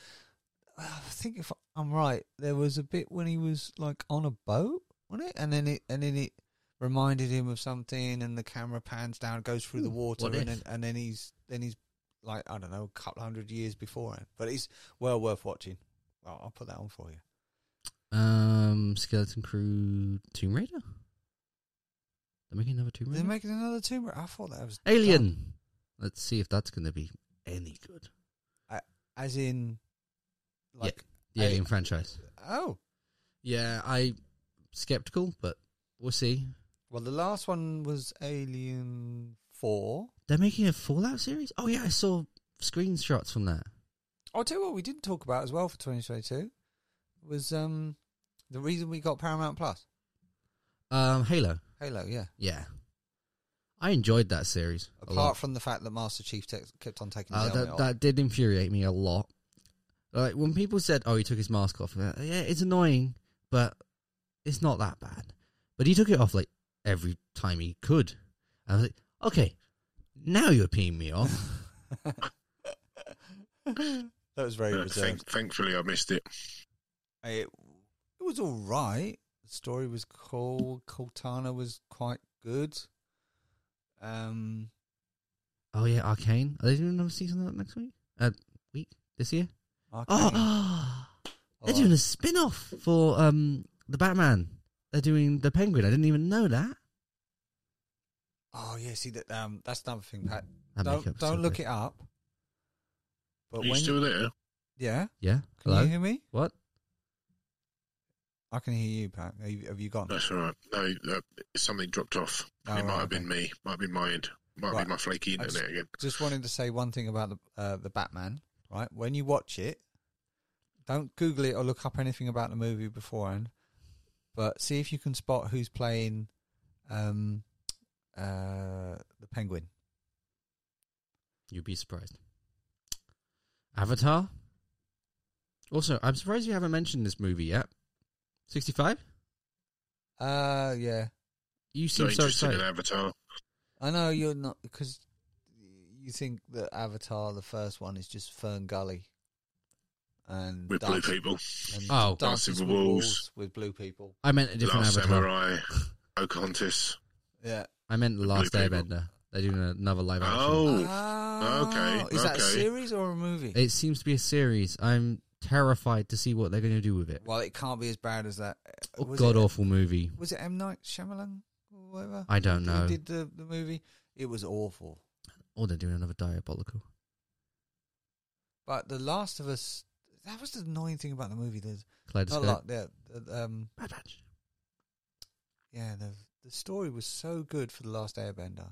C: I think if I'm right, there was a bit when he was like on a boat, wasn't it? And then it and then it reminded him of something, and the camera pans down, goes through the
A: Ooh,
C: water,
A: Hmm, what
C: and
A: if?
C: then, and then he's then he's like I don't know, a couple hundred years beforehand. But it's well worth watching. Well, I'll put that on for you.
A: um, Skeleton Crew, Tomb Raider. They're making another Tomb
C: They're
A: Raider.
C: making another Tomb Raider. I thought that was
A: Alien. Let's see if that's going to be any good.
C: done. as in like
A: The
C: Hey.
A: Alien franchise.
C: oh
A: Yeah, I skeptical, but we'll see.
C: well, the last one was Alien Four.
A: They're making a Fallout series? Oh yeah, I saw screenshots from that.
C: I'll tell you what we didn't talk about as well for 2022 was um the reason we got Paramount Plus.
A: Um, Halo.
C: Halo, yeah.
A: Yeah. I enjoyed that series. a lot.
C: Apart from the fact that Master Chief te- kept on taking his
A: Uh,
C: helmet
A: that,
C: off.
A: that did infuriate me a lot. Like when people said, "Oh, he took his mask off," I'm like, yeah, it's annoying, but it's not that bad. But he took it off like every time he could. And I was like, "Okay, now you're peeing me off."
C: That was very
B: Uh,
C: reserved.
B: thank, thankfully, I missed it.
C: It, it was all right. The story was cool. Cortana was quite good. Um,
A: oh yeah, Arcane. Are they doing another season of that next week? Uh, week this year?
C: Arcane.
A: Oh,
C: Oh,
A: they're doing a spin-off for um the Batman. They're doing the Penguin. I didn't even know that.
C: oh, yeah. See that? Um, that's another thing, Pat.
A: that
C: don't don't look it up. But
B: Are you
C: when
B: still there?
C: yeah,
A: Yeah.
C: can
A: Hello.
C: you hear me?
A: What?
C: I can hear you, Pat. Have you, have you gone?
B: That's all right. No, uh, something dropped off.
C: Oh,
B: it
C: right,
B: might have been me. Might have been my end. Might
C: Right.
B: be my flaky
C: I
B: internet
C: just-
B: again.
C: Just wanted to say one thing about the uh, the Batman. Right, when you watch it, don't Google it or look up anything about the movie beforehand. But see if you can spot who's playing um, uh, the Penguin.
A: You'd be surprised. Avatar. Also, I'm surprised you haven't mentioned this movie yet. 65?
C: Uh, yeah,
A: You seem
B: Not
A: so
B: interested
A: excited.
B: in Avatar.
C: I know you're not because you think that Avatar, the first one, is just Fern Gully and
B: With
C: Dance-
B: blue people,
C: and
A: Oh.
B: Dancing
C: dances
B: with
C: with
B: Wolves.
C: wolves with blue people.
A: I meant a different
B: Last
A: Avatar.
B: Samurai, Ocontis.
C: Yeah.
A: I meant The Last
B: Blue People.
A: Airbender. They're doing another live action.
B: Oh,
C: Oh,
B: okay,
C: Is that a
B: okay.
C: series or a movie?
A: It seems to be a series. I'm terrified to see what they're going to do with it.
C: well, it can't be as bad as that. Uh, was
A: Oh, God
C: it,
A: awful movie.
C: Was it M Night Shyamalan or whatever?
A: I don't know.
C: Who did the, the movie? It was awful.
A: Or Oh, they're doing another diabolical.
C: But The Last of Us. That was the annoying thing about the movie. There's not
A: Kaleidoscope.
C: like the, the um
A: Bad Batch.
C: yeah the the story was so good for the Last Airbender,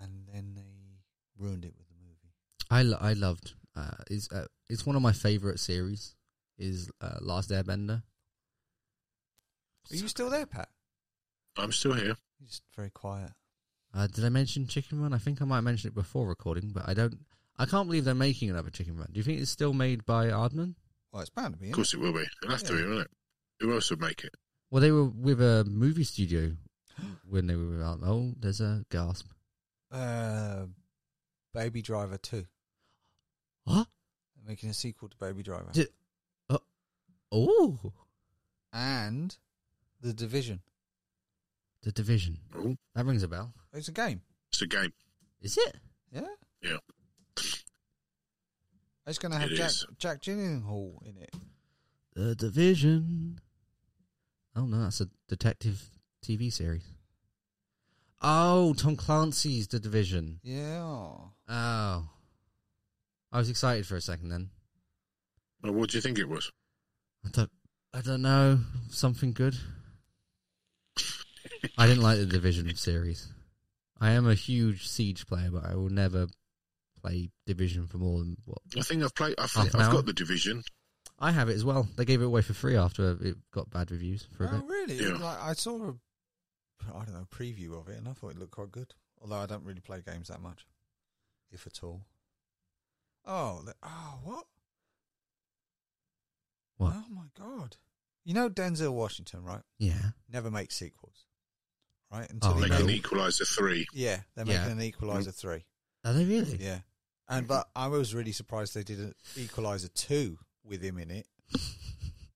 C: and then they ruined it with the movie.
A: I, lo- I loved. Uh, it's uh, it's one of my favorite series. Is uh, Last Airbender.
C: Are you still there, Pat?
B: I'm still here.
C: You're just very quiet.
A: Uh, did I mention Chicken Run? I think I might mention it before recording, but I don't. I can't believe they're making another Chicken Run. Do you think it's still made by Aardman?
C: Well, it's bound to be.
B: Of
C: isn't
B: course it will be. It'll have to be,
C: Yeah.
B: won't it? Who else would make it?
A: Well, they were with a movie studio when they were with Aardman. Oh, there's a gasp.
C: it? Uh, Baby Driver Two.
A: Huh?
C: They're making a sequel to Baby Driver.
A: Did- uh, Oh,
C: and The Division.
A: The Division.
B: Oh,
A: That rings a bell.
C: It's a game.
B: it's a game.
A: Is it?
C: Yeah.
B: Yeah.
C: It's going to have
B: It
C: Jack,
B: is.
C: Jack Gyllenhaal in it.
A: The Division. Oh no, that's a detective TV series. Oh, Tom Clancy's The Division.
C: Yeah.
A: Oh, I was excited for a second then.
B: Well, what do you think it was?
A: I don't, I don't know. Something good. I didn't like the Division series. I am a huge Siege player, but I will never play Division for more than what
B: I think I've played. I've,
A: Half an
B: I've
A: hour?
B: got the division.
A: I have it as well. They gave it away for free after it got bad reviews for a
C: Oh,
A: bit.
C: really?
B: Yeah.
C: Like, I saw a, I don't know, preview of it, and I thought it looked quite good. Although I don't really play games that much, if at all. Oh, the, oh, what?
A: What?
C: Oh my god! You know Denzel Washington, right?
A: Yeah,
C: Never make sequels, right?
A: Oh,
C: he
B: Make
A: no.
B: an
C: made-
B: equalizer three.
C: Yeah, they're
A: Yeah.
C: making an Equalizer three.
A: are they really?
C: Yeah, and but I was really surprised they did an Equalizer two with him in it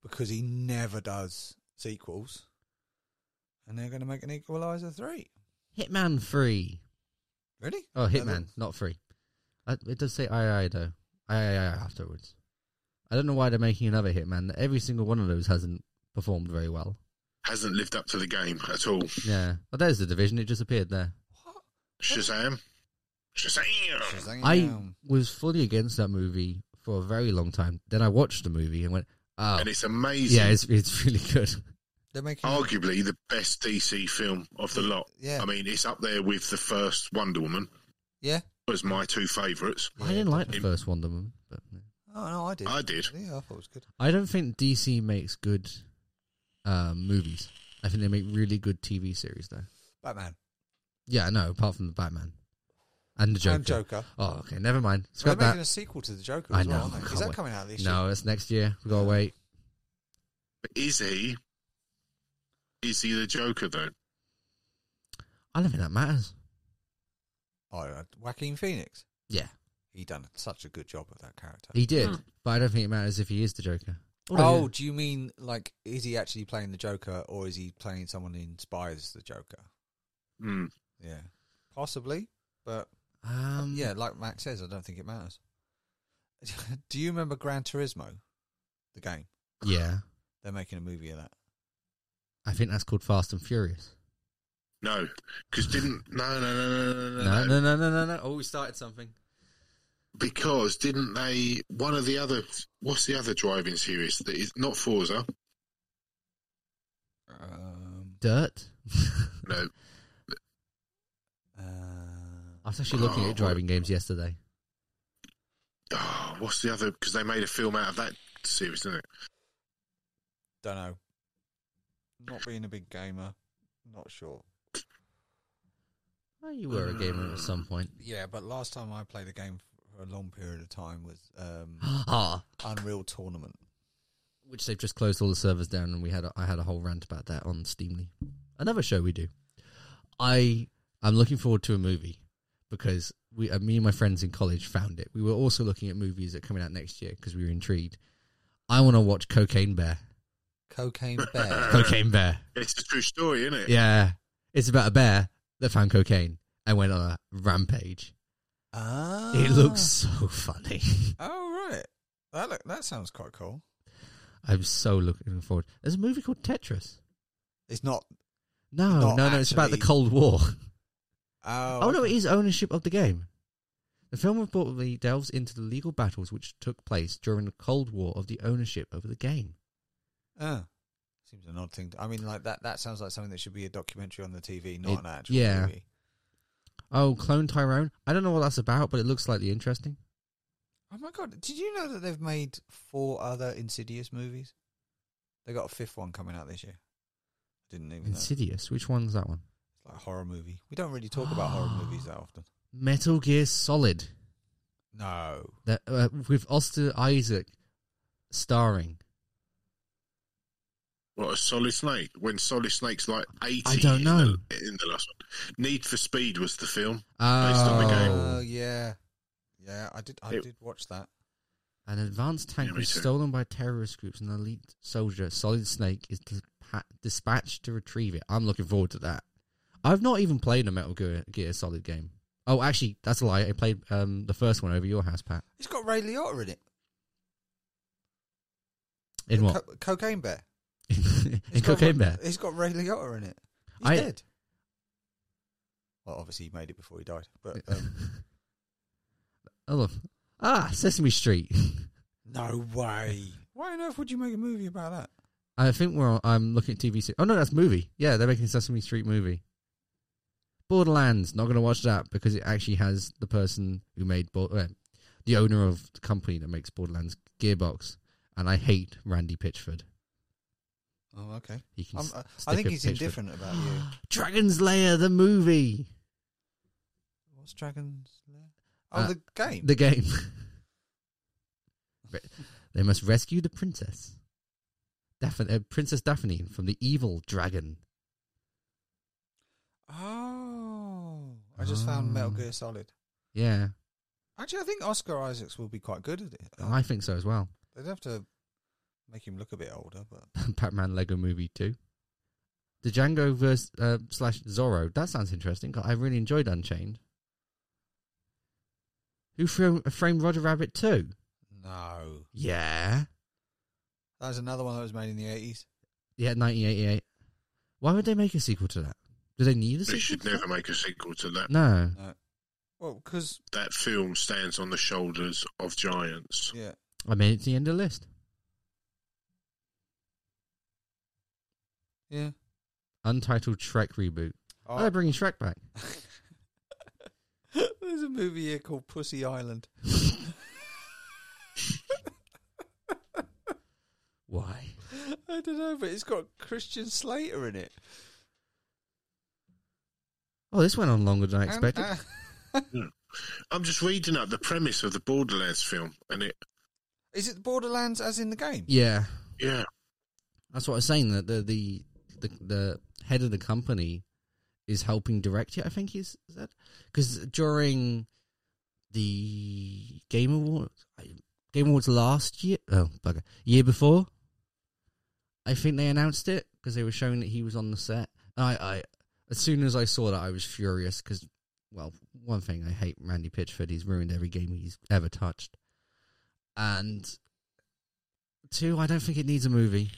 C: because he never does sequels, and they're going to make an Equalizer three.
A: Hitman Three.
C: Really?
A: Oh,
C: That
A: Hitman,
C: looks-
A: not Three. I, it does say II though. II afterwards. I don't know why they're making another Hitman. Every single one of those hasn't performed very well.
B: Hasn't lived up to the game at all.
A: Yeah. Well, there's the division. It just appeared there.
C: What?
B: Shazam! Shazam!
A: I
C: Shazam.
A: was fully against that movie for a very long time. Then I watched the movie and went, oh,
B: And it's amazing.
A: yeah, it's it's really good.
C: They're making.
B: arguably the best DC film of the lot.
C: Yeah.
B: I mean, it's up there with the first Wonder Woman.
C: Yeah.
B: Was my two favourites.
A: I didn't like the
B: definitely.
A: first Wonder Woman, but
C: Oh no, I did.
B: I did.
C: Yeah, I thought it was good.
A: I don't think DC makes good um, movies. I think they make really good TV series though.
C: Batman.
A: Yeah, I know. Apart from the Batman and the Joker.
C: And Joker.
A: Oh, okay. Never mind.
C: They're
A: Scrap
C: making
A: that.
C: a sequel to the Joker.
A: I
C: As
A: know,
C: Well, aren't they?
A: I
C: Is
A: can't
C: that
A: wait.
C: coming out this year?
A: No, it's next year. We gotta wait.
B: But is he? Is he the Joker though?
A: I don't think that matters.
C: Oh, uh, Joaquin Phoenix.
A: Yeah,
C: He done such a good job of that character.
A: he did, but I don't think it matters if he is the Joker.
C: Oh, do you mean like is he actually playing the Joker or is he playing someone who inspires the Joker?
B: Hmm.
C: Yeah, possibly, but
A: um,
C: yeah, like Max says, I don't think it matters. do you remember Gran Turismo, the game?
A: yeah.
C: They're making a movie of that.
A: I think that's called Fast and Furious.
B: No, because didn't no no no no no,
A: No, no, no, no, no, no. Oh, we started something.
B: because didn't they one of the other what's the other driving series that is not Forza
C: Um,
A: Um, Dirt.
B: no
C: uh,
A: was actually looking
B: Oh,
A: at driving games yesterday.
B: Oh, what's the other? Because they made a film out of that series, didn't it?
C: Don't know. Not being a big gamer, not sure.
A: Well, Oh, you were a gamer at some point.
C: Yeah, but last time I played a game for a long period of time was um,
A: ah,
C: Unreal Tournament.
A: which they've just closed all the servers down, and we had a, I had a whole rant about that on Steamly. Another show we do. I I'm looking forward to a movie because we uh, me and my friends in college found it. We were also looking at movies that are coming out next year because we were intrigued. I want to watch Cocaine Bear.
C: Cocaine Bear.
A: Cocaine Bear.
B: It's a true story, isn't it?
A: Yeah, it's about a bear that found cocaine and went on a rampage.
C: ah,
A: It looks so funny.
C: Oh right, that look, that sounds quite cool.
A: I'm so looking forward. There's a movie called Tetris.
C: It's not.
A: No,
C: Not
A: no, no. It's about the
C: actually.
A: Cold War.
C: Oh,
A: Oh, no,
C: okay.
A: it is ownership of the game. The film reportedly delves into the legal battles which took place during the Cold War of the ownership over the game.
C: Ah. seems an odd thing. To, I mean, like that. That sounds like something that should be a documentary on the TV, not
A: It-
C: an actual
A: yeah.
C: movie.
A: Oh, Clone Tyrone. I don't know what that's about, but it looks slightly interesting.
C: Oh my god! Did you know that they've made four other Insidious movies? They got a fifth one coming out this year. Didn't even know. It's
A: Insidious. Which one's that one?
C: like a horror movie. We don't really talk about horror movies that often.
A: Metal Gear Solid.
C: No.
A: that uh, with Oscar Isaac starring.
B: What a Solid Snake. When Solid Snake's like eighty.
A: I don't know.
B: In the, in the last one, Need for Speed was the film. Based on the game.
C: Oh
A: Oh,
C: yeah, yeah. I did. I
B: It-
C: did watch that.
A: an advanced tank
B: Yeah, me
A: was
B: too.
A: stolen by terrorist groups, and an elite soldier, Solid Snake, is dispa- dispatched to retrieve it. I'm looking forward to that. I've not even played a Metal Gear, Gear Solid game. Oh, actually, that's a lie. I played um, the first one over your house, Pat.
C: It's got Ray Liotta in it.
A: In
C: The
A: what?
C: Co- Cocaine Bear.
A: in
C: It's got
A: Cocaine
C: Ra-
A: Bear.
C: It's got Ray Liotta in it. He's
A: I-
C: dead. Well, obviously he made it before he died, but um,
A: Oh, look. ah, Sesame Street.
C: no way. Why on earth would you make a movie about that?
A: I think we're. On, I'm looking at TV. se- Oh no, that's movie. Yeah, they're making a Sesame Street movie. Borderlands. Not going to watch that because it actually has the person who made Bo- uh, the owner of the company that makes Borderlands, Gearbox, and I hate Randy Pitchford.
C: Oh, okay.
A: He can.
C: I'm,
A: s-
C: I- I
A: stick
C: think
A: a
C: he's
A: Pitchford.
C: indifferent about you.
A: Dragon's Lair, the movie,
C: What's Dragon's Lair? Oh,
A: Uh,
C: the game.
A: the game. Re- they must rescue the princess, Daphne, uh, Princess Daphne, from the evil dragon.
C: oh, I just found Metal
A: Oh.
C: Gear Solid.
A: Yeah,
C: Actually, I think Oscar Isaacs will be quite good at it. Uh,
A: I think so as well.
C: They'd have to make him look a bit older, but
A: Pac-Man Lego Movie Two, the Django verse uh, slash Zorro. That sounds interesting. I really enjoyed Unchained. Who framed, framed Roger Rabbit Two?
C: no.
A: Yeah,
C: That was another one that was made in the eighties.
A: yeah, nineteen eighty-eight. Why would they make a sequel to that? Do they need a
B: They
A: sequel?
B: should
A: to that?
B: never make a sequel to that.
A: No,
C: Well, because
B: That film stands on the shoulders of giants.
C: yeah,
A: I mean it's the end of the list.
C: yeah.
A: Untitled Shrek reboot. Oh.
C: Oh,
A: they're bringing Shrek back.
C: There's a movie here called Pussy Island.
A: Why?
C: I don't know, but it's got Christian Slater in it.
A: Oh, this went on longer than I
C: And-
A: expected.
C: uh,
B: I'm just reading up the premise of the Borderlands film, and it,
C: is it Borderlands as in the game?
A: yeah,
B: yeah,
A: That's what I was saying. That the the the, the head of the company is helping direct it. I think he's is that because during the Game Awards, I- Game Awards last year, oh bugger, year before, I think they announced it because they were showing that he was on the set. And I, I as soon as I saw that, I was furious because, well, one thing I hate Randy Pitchford. He's ruined every game he's ever touched, and two, I don't think it needs a movie.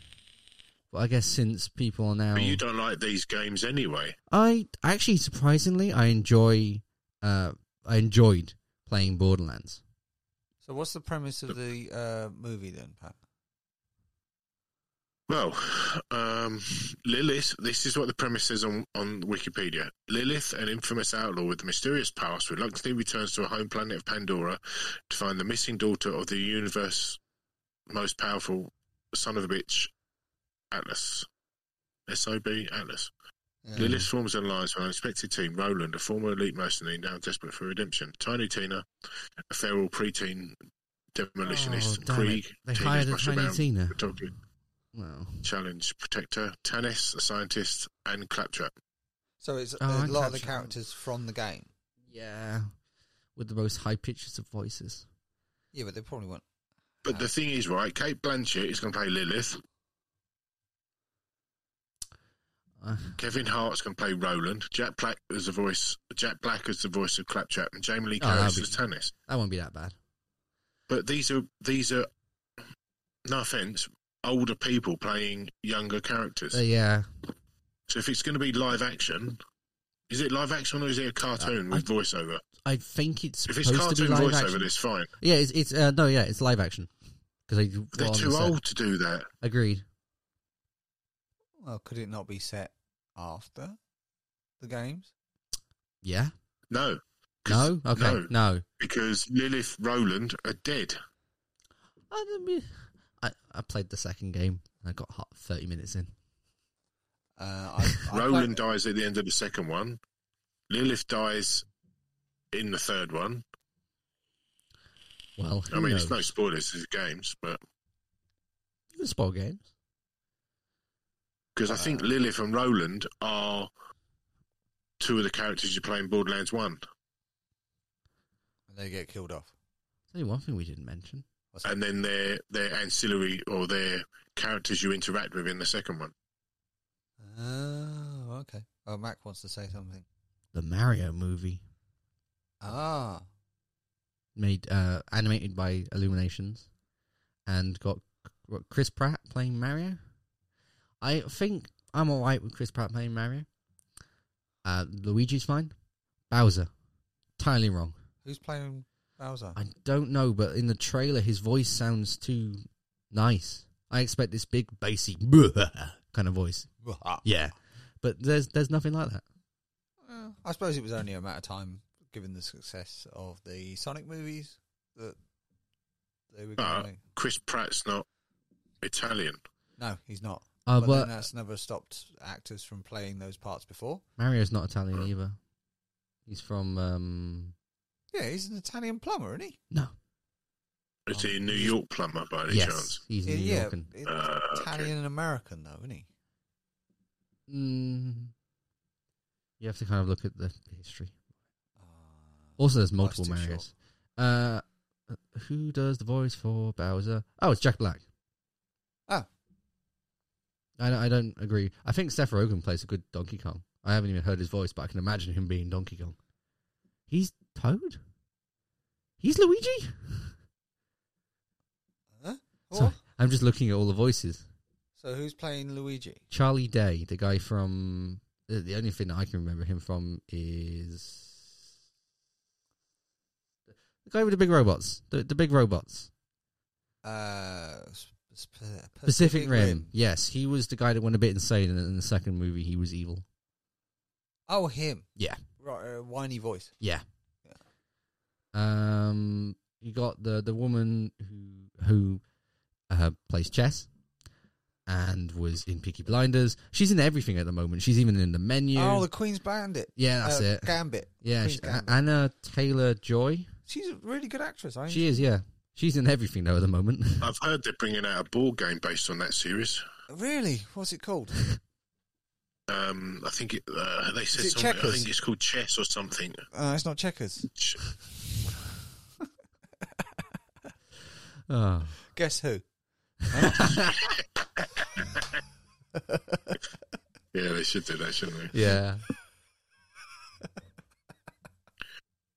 A: But I guess since people are now,
B: but you don't like these games anyway.
A: I actually surprisingly I enjoy uh I enjoyed playing Borderlands.
C: So what's the premise of the uh, movie then, Pat?
B: Well, um, Lilith, this is what the premise is on, on Wikipedia. Lilith, an infamous outlaw with a mysterious past, reluctantly returns to her home planet of Pandora to find the missing daughter of the universe most powerful son of a bitch, Atlas. SOB Atlas.
C: Yeah.
B: Lilith forms an alliance with an unexpected team Roland, a former elite mercenary now desperate for redemption, Tiny Tina, a feral preteen demolitionist,
A: Oh, damn it.
B: Krieg,
A: They
B: Tina's
A: hired a
B: muscle
A: tiny
B: bound
A: Tina.
B: photographer,
A: Wow.
B: Challenge, Protector, Tannis, a scientist, and Claptrap.
C: So it's uh,
A: Oh,
C: a
A: and
C: lot of the
A: capture.
C: characters from the game.
A: Yeah. With the most high pitches of voices.
C: Yeah, but they probably won't.
B: But the thing is, right, Kate Blanchett is going to play Lilith,
A: Uh,
B: Kevin Hart's going to play Roland, Jack Black as the voice, Jack Black as the voice of Claptrap, and Jamie Lee
A: Oh, that'd
B: Curtis
A: be-
B: as Tannis.
A: that won't be that bad.
B: But these are these are, no offense, older people playing younger characters.
A: Uh, yeah.
B: So if it's going to be live action, is it live action or is it a cartoon
A: Uh, I-
B: with voiceover?
A: I think it's
B: If it's
A: supposed to be
B: cartoon
A: live
B: voiceover,
A: action.
B: it's fine.
A: Yeah, it's, it's uh, no, yeah, it's live action. Because they got
B: They're
A: on the
B: too
A: set.
B: old to do that.
A: Agreed.
C: Well, could it not be set after the games?
A: Yeah.
B: No. 'Cause-
A: No. Okay. No.
B: No, because Lilith Roland are dead.
A: I, don't be- I I played the second game and I got hot thirty minutes in.
C: Uh, I, I
B: Roland
C: played-
B: dies at the end of the second one. Lilith dies in the third one.
A: Well,
B: I mean,
A: knows?
B: it's no spoilers, it's games, but
A: You can spoil games.
B: because I think Lilith and Roland are two of the characters you play in Borderlands 1.
C: They get killed off.
A: There's only one thing we didn't mention.
B: And then their, their ancillary or their characters you interact with in the second one.
C: Oh, okay. Oh, Mac wants to say something.
A: The Mario movie
C: Ah,
A: made uh, animated by Illuminations and got what, Chris Pratt playing Mario. I think I'm alright with Chris Pratt playing Mario. Uh, Luigi's fine. Bowser, entirely wrong.
C: who's playing Bowser?
A: I don't know, but in the trailer, his voice sounds too nice. I expect this big, bassy kind of voice. Yeah, but there's there's nothing like that.
C: Well, I suppose it was only a matter of time, given the success of the Sonic movies, that they were
B: But
C: going.
B: Chris Pratt's not Italian.
C: No, he's not.
A: Uh,
C: but,
A: but
C: then that's never stopped actors from playing those parts before.
A: Mario's not Italian either. He's from um
C: Yeah, he's an Italian plumber, isn't he?
A: no,
B: Is
C: Oh.
B: he a New York plumber by any
A: yes,
B: chance?
A: he's New
C: yeah,
A: Yorker.
C: it-
B: Uh, okay.
C: Italian and American though, isn't he?
A: Mm, you have to kind of look at the history.
C: Uh,
A: Also, there's multiple
C: too short.
A: Mario's. Uh, who does the voice for Bowser? Oh, it's Jack Black.
C: Oh.
A: I, I don't agree. I think Seth Rogen plays a good Donkey Kong. I haven't even heard his voice, but I can imagine him being Donkey Kong. He's Toad. He's Luigi.
C: Huh?
A: Sorry,
C: What?
A: I'm just looking at all the voices.
C: So who's playing Luigi?
A: Charlie Day, the guy from the the only thing that I can remember him from is the guy with the big robots, the the big robots.
C: Uh, sp- sp-
A: Pacific Rim. Yes, he was the guy that went a bit insane, and in the second movie, he was evil.
C: Oh, him.
A: Yeah.
C: Right, uh, whiny voice.
A: Yeah. Um, you got the the woman who who uh, plays chess and was in Peaky Blinders. She's in everything at the moment. She's even in the menu.
C: Oh, the Queen's Bandit.
A: yeah, that's
C: Uh,
A: it.
C: Gambit.
A: Yeah,
C: Queen's
A: she,
C: Gambit.
A: Anna Taylor Joy.
C: She's a really good actress. I
A: She is. Yeah, she's in everything though at the moment.
B: I've heard they're bringing out a board game based on that series.
C: really. What's it called?
B: Um, I think it, uh, they said
C: it
B: something. I
C: checkers?
B: think it's called chess or something.
C: Uh, it's not checkers.
B: Ch-
A: oh.
C: Guess who?
B: Yeah, they should do that, shouldn't they?
A: Yeah.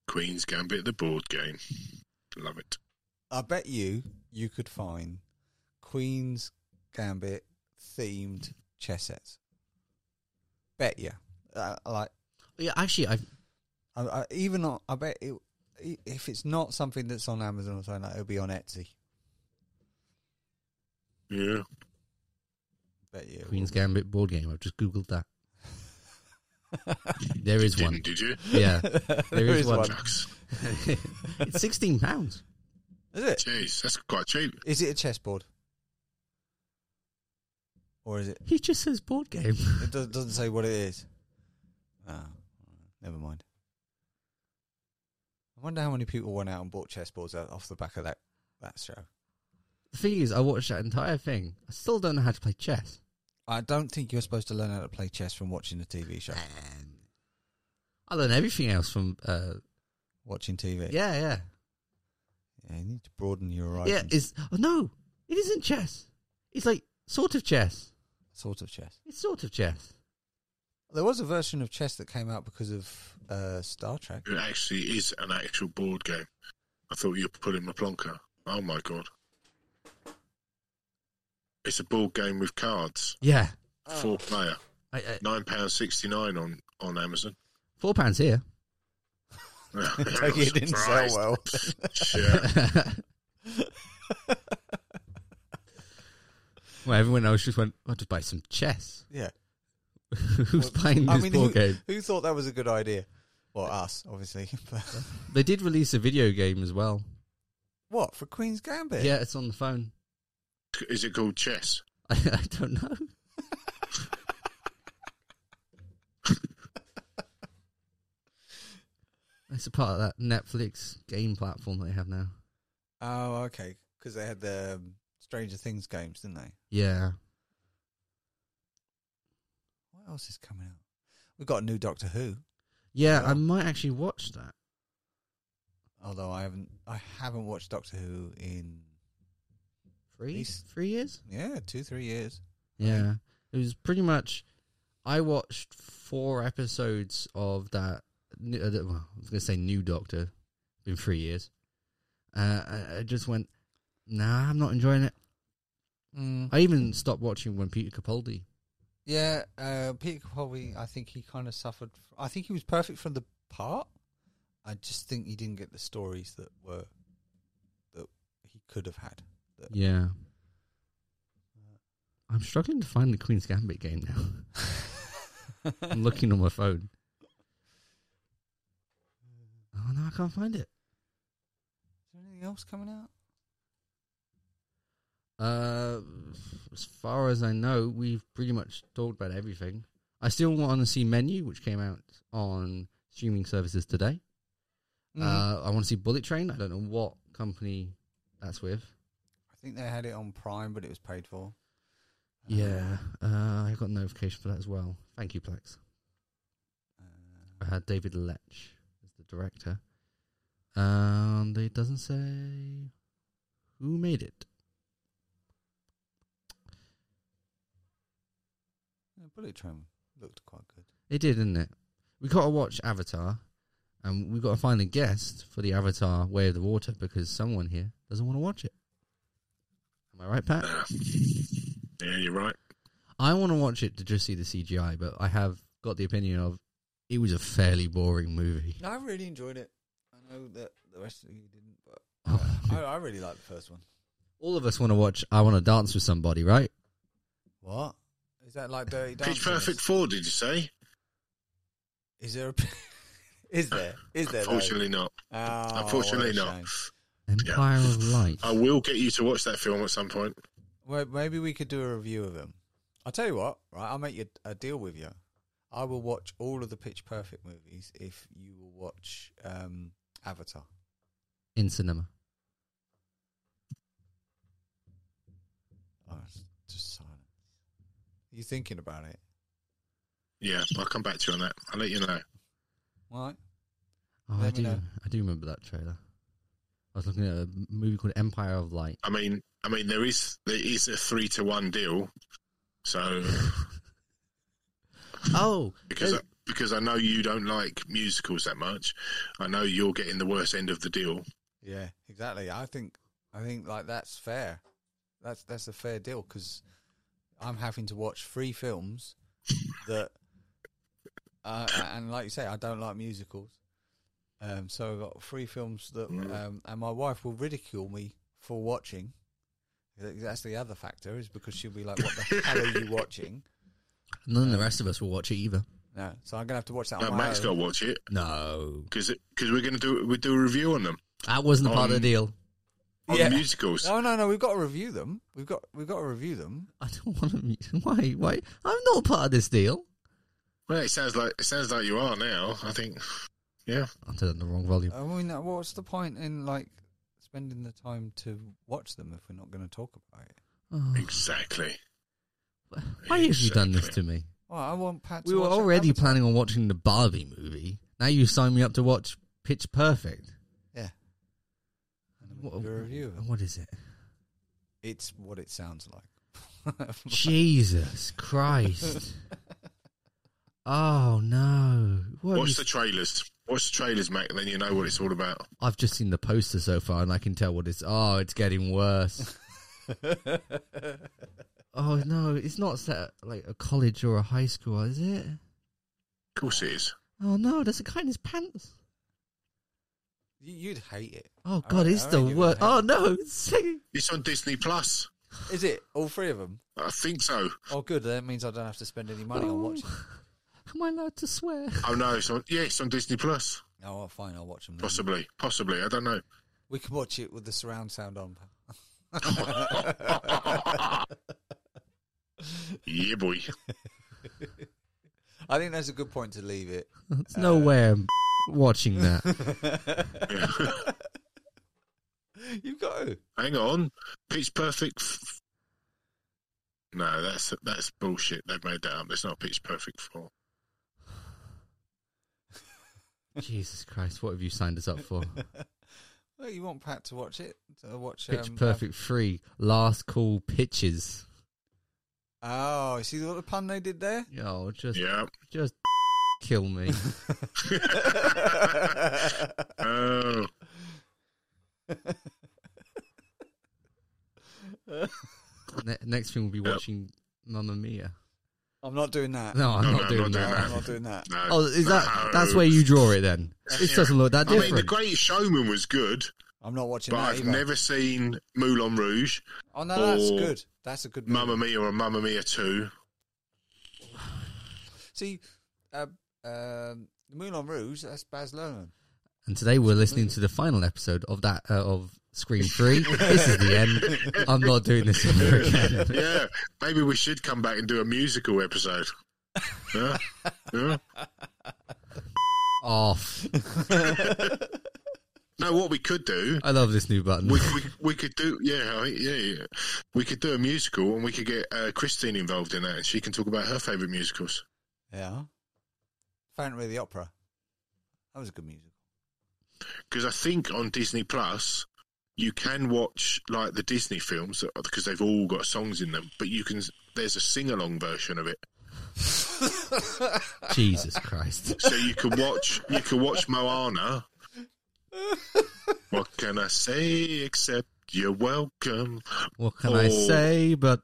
B: Queen's Gambit, the board game. Love it.
C: I bet you you could find Queen's Gambit themed chess sets. Bet you. Uh, like
A: Yeah. Actually, I
C: I, I, even on, I bet it, i- if it's not something that's on Amazon or something, like, it'll be on Etsy.
B: Yeah.
C: bet you. it
A: Queen's
C: will.
A: Gambit board game. I've just googled that. there is
B: Didn't,
A: one. Um,
B: did you?
A: Yeah,
C: there is, one.
B: Jacks.
A: it's sixteen pounds.
C: Is it?
B: Jeez, that's quite cheap.
C: Is it a chessboard? Or is it?
A: He just says board game.
C: It does, doesn't say what it is. Ah, never mind. I wonder how many people went out and bought chessboards out- off the back of that that show.
A: The thing is, I watched that entire thing. I still don't know how to play chess.
C: I don't think you're supposed to learn how to play chess from watching the TV show.
A: I learned everything else from. Uh,
C: Watching TV.
A: yeah, yeah,
C: Yeah, you need to broaden your
A: yeah.
C: horizons.
A: It's oh, no, it isn't chess. It's like sort of chess.
C: sort of chess.
A: It's sort of chess.
C: There was a version of chess that came out because of uh, Star Trek.
B: It actually is an actual board game. I thought you were pulling my plonker. Oh my god. It's a board game with cards.
A: Yeah,
C: Ah.
B: Four player.
A: I, I,
B: Nine pounds sixty nine on, on Amazon.
A: four pounds here.
C: Like it didn't sell
B: Surprised.
C: well.
B: Yeah.
A: well, everyone else just went. I'll just buy some chess.
C: yeah.
A: Who's
C: Well,
A: playing
C: I
A: this
C: mean,
A: board
C: who,
A: game?
C: who thought that was a good idea? Well, us, obviously. but-
A: They did release a video game as well.
C: what for Queen's Gambit?
A: Yeah, it's on the phone.
B: Is it called chess?
A: I, I don't know. it's a part of that Netflix game platform that they have now.
C: Oh, okay. Because they had the um, Stranger Things games, didn't they?
A: Yeah.
C: What else is coming out? We've got a new Doctor Who.
A: Yeah, I
C: Wow.
A: might actually watch that.
C: Although I haven't, I haven't watched Doctor Who in
A: Three?
C: Nice.
A: Three years?
C: yeah two, three years.
A: Yeah. It was pretty much. I watched four episodes of that. new- uh, the- Well, I was going to say New Doctor. Been three years. Uh, I, I just went, nah, I'm not enjoying it.
C: Mm.
A: I even stopped watching when Peter Capaldi.
C: Yeah, uh, Peter Capaldi. I think he kind of suffered. f- I think he was perfect from the part. I just think he didn't get the stories that were that he could have had.
A: Yeah. I'm struggling to find the Queen's Gambit game now. I'm looking on my phone. Oh no, I can't find it.
C: Is there anything else coming out?
A: Uh, as far as I know, we've pretty much talked about everything. I still want to see Menu, which came out on streaming services today.
C: Mm-hmm. Mm.
A: Uh, I want to see Bullet Train. I don't know what company that's with.
C: I think they had it on Prime, but it was paid for.
A: Yeah, uh, I got notification for that as well. Thank you, Plex. I had David Lech as the director. Um, they- it doesn't say who made it.
C: Yeah, Bullet Train looked quite good.
A: It did, didn't it? We got to watch Avatar, and we got to find a guest for the Avatar Way of the Water because someone here doesn't want to watch it. Am I right, Pat?
B: Yeah. yeah, you're right.
A: I want to watch it to just see the CGI, but I have got the opinion of it was a fairly boring movie.
C: No, I really enjoyed it. I know that the rest of you didn't, but uh,
A: Oh.
C: I, I really liked the first one.
A: All of us want to watch I Want to Dance with Somebody, right?
C: What is that like? Dirty
B: Pitch
C: Dancing?
B: Perfect Four, did you say?
C: Is there? A, is there? Is there? though?
B: Unfortunately not.
C: Oh, what a
B: Unfortunately not.
C: shame.
A: Empire of Light.
B: I will get you to watch that film at some point.
C: Well, maybe we could do a review of them. I'll tell you what, right? I'll make you a deal with you. I will watch all of the Pitch Perfect movies if you will watch um, Avatar.
A: in cinema.
C: Oh, it's just silent. Are you thinking about it?
B: Yeah, I'll come back to you on that. I'll let you know.
C: Right?
A: Oh,
C: Let
A: I
C: me
A: do.
C: know.
A: I do remember that trailer. I was looking at a movie called Empire of Light.
B: I mean, I mean, there is there is a three to one deal, so
A: Oh,
B: because I, because I know you don't like musicals that much, I know you're getting the worst end of the deal.
C: Yeah, exactly. I think I think like that's fair. That's that's a fair deal because I'm having to watch three films that, uh, and like you say, I don't like musicals. Um, so I've got three films that,
B: Mm.
C: um, and my wife will ridicule me for watching That's the other factor is because she'll be like, "What the hell are you watching?"
A: None of the rest of us will watch it either.
C: No, so I'm gonna have to watch that.
B: No,
C: on my
B: Matt's got to
C: own.
B: watch it
A: No,
B: because we're going to do we do a review on them
A: that wasn't part of
B: Um,
A: the deal.
B: on
C: Yeah. Oh.
B: the musicals.
C: No, no, no. We've got to review them. We've got we've got to review them.
A: I don't want to. Why? Why? I'm not part of this deal.
B: Well, it sounds like it sounds like you are now. I think. Yeah,
A: I turned the wrong volume.
C: I mean, uh, what's the point in like spending the time to watch them if we're not going to talk about it?
A: Oh,
B: exactly.
A: why have you done this
B: exactly.
A: to me?
C: Well, I want Pat. To
A: We were
C: watch
A: already
C: Avatar.
A: planning on watching the Barbie movie. Now you sign me up to watch Pitch Perfect.
C: Yeah. And then we can do a review. of it.
A: What is it?
C: It's what it sounds like.
A: Jesus Christ. Oh no! What
B: Watch
A: is-
B: the trailers. Watch the trailers, Mac, and then you know what it's all about.
A: I've just seen the poster so far, and I can tell what it's. Oh, it's getting worse. oh no, it's not set at, like a college or a high school, is it?
B: Of course, it is.
A: Oh no, there's a guy in his pants.
C: You- You'd hate it.
A: Oh
C: I
A: god,
C: re-
A: it's
C: I
A: the
C: reckon you'd
A: worst.
C: hate
A: Oh
C: it.
A: no, it's
B: It's on Disney Plus.
C: Is it all three of them?
B: I think so.
C: Oh, good. That means I don't have to spend any money on
A: Oh.
C: watching. them.
A: Am I allowed to swear?
B: Oh no, it's on. Yeah, it's on Disney Plus.
C: Oh, well, fine. I'll watch them. Then.
B: Possibly, possibly. I don't know.
C: We can watch it with the surround sound on.
B: Yeah, boy.
C: I think that's a good point to leave it.
A: There's no way I'm watching that.
C: You've got to.
B: Hang on. Pitch Perfect. F- no, that's that's bullshit. They've made that up. It's not Pitch Perfect four.
A: Jesus Christ, what have you signed us up for?
C: Well, Oh, you want Pat to watch it? To watch
A: Pitch
C: um,
A: Perfect Free, last call pitches.
C: Av- oh, see what the pun they did there.
A: Oh, just
B: Yeah.
A: just kill me.
B: Oh,
A: Ne- next thing we'll be watching Mamma Mia.
C: I'm not doing that.
A: No, I'm
B: No,
A: not
B: no,
A: doing
B: not
A: that.
B: doing
C: I'm not doing that.
B: no.
A: Oh, is that
B: No.
A: that's where you draw it then? It doesn't look that
B: I mean, The
A: different.
B: Greatest Showman was good,
C: I'm not watching
B: but
C: that
B: I've
C: either.
B: never seen Moulin Rouge,
C: oh no, that's
B: or
C: good. That's a good.
B: Mamma
C: movie.
B: Mia, or Mamma Mia Two.
C: See, uh, um, Moulin Rouge. That's Baz Luhrmann.
A: And today we're listening to the final episode of that uh, of Scream Three. this is the end. I'm not doing this ever again.
B: yeah, maybe we should come back and do a musical episode. Huh? Huh?
A: Off.
B: No, what we could do,
A: I love this new button.
B: we, we we could do, yeah, I think- yeah, yeah, we could do a musical, and we could get uh, Christine involved in that, and she can talk about her favorite musicals.
C: Yeah. Phantom of the Opera. That was a good music.
B: because I think on Disney Plus you can watch like the Disney films because they've all got songs in them, but you can there's a sing along version of it,
A: Jesus Christ.
B: so you can watch you can watch Moana. What can I say except you're welcome,
A: What can I
B: Oh.
A: say? But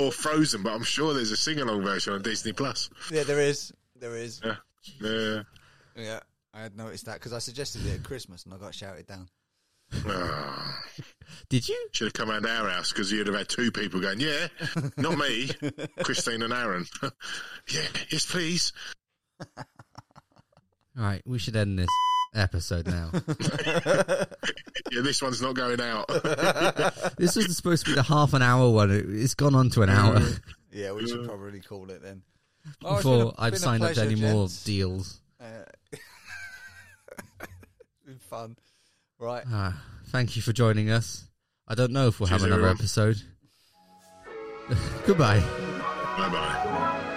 B: or Frozen? But I'm sure there's a sing along version on Disney Plus.
C: Yeah, there is. There is.
B: Yeah.
C: Yeah. I had noticed that because I suggested it at Christmas and I got shouted down.
B: Ah.
A: did you?
B: should have come around our house because you'd have had two people going, yeah, not me, Christine and Aaron. yeah, yes, please.
A: All right, we should end this episode now.
B: Yeah, this one's not going out.
A: this was supposed to be the half an hour one. It, it's gone on to an hour
C: Yeah, we should probably call it then. Oh, it's been a-
A: before I've
C: been a
A: signed up to
C: pleasure,
A: any more
C: gents.
A: deals.
C: Uh, been fun. Right.
A: Ah, thank you for joining us. I don't know if we'll have
B: Cheers,
A: another
B: everyone.
A: episode. Goodbye.
B: bye bye.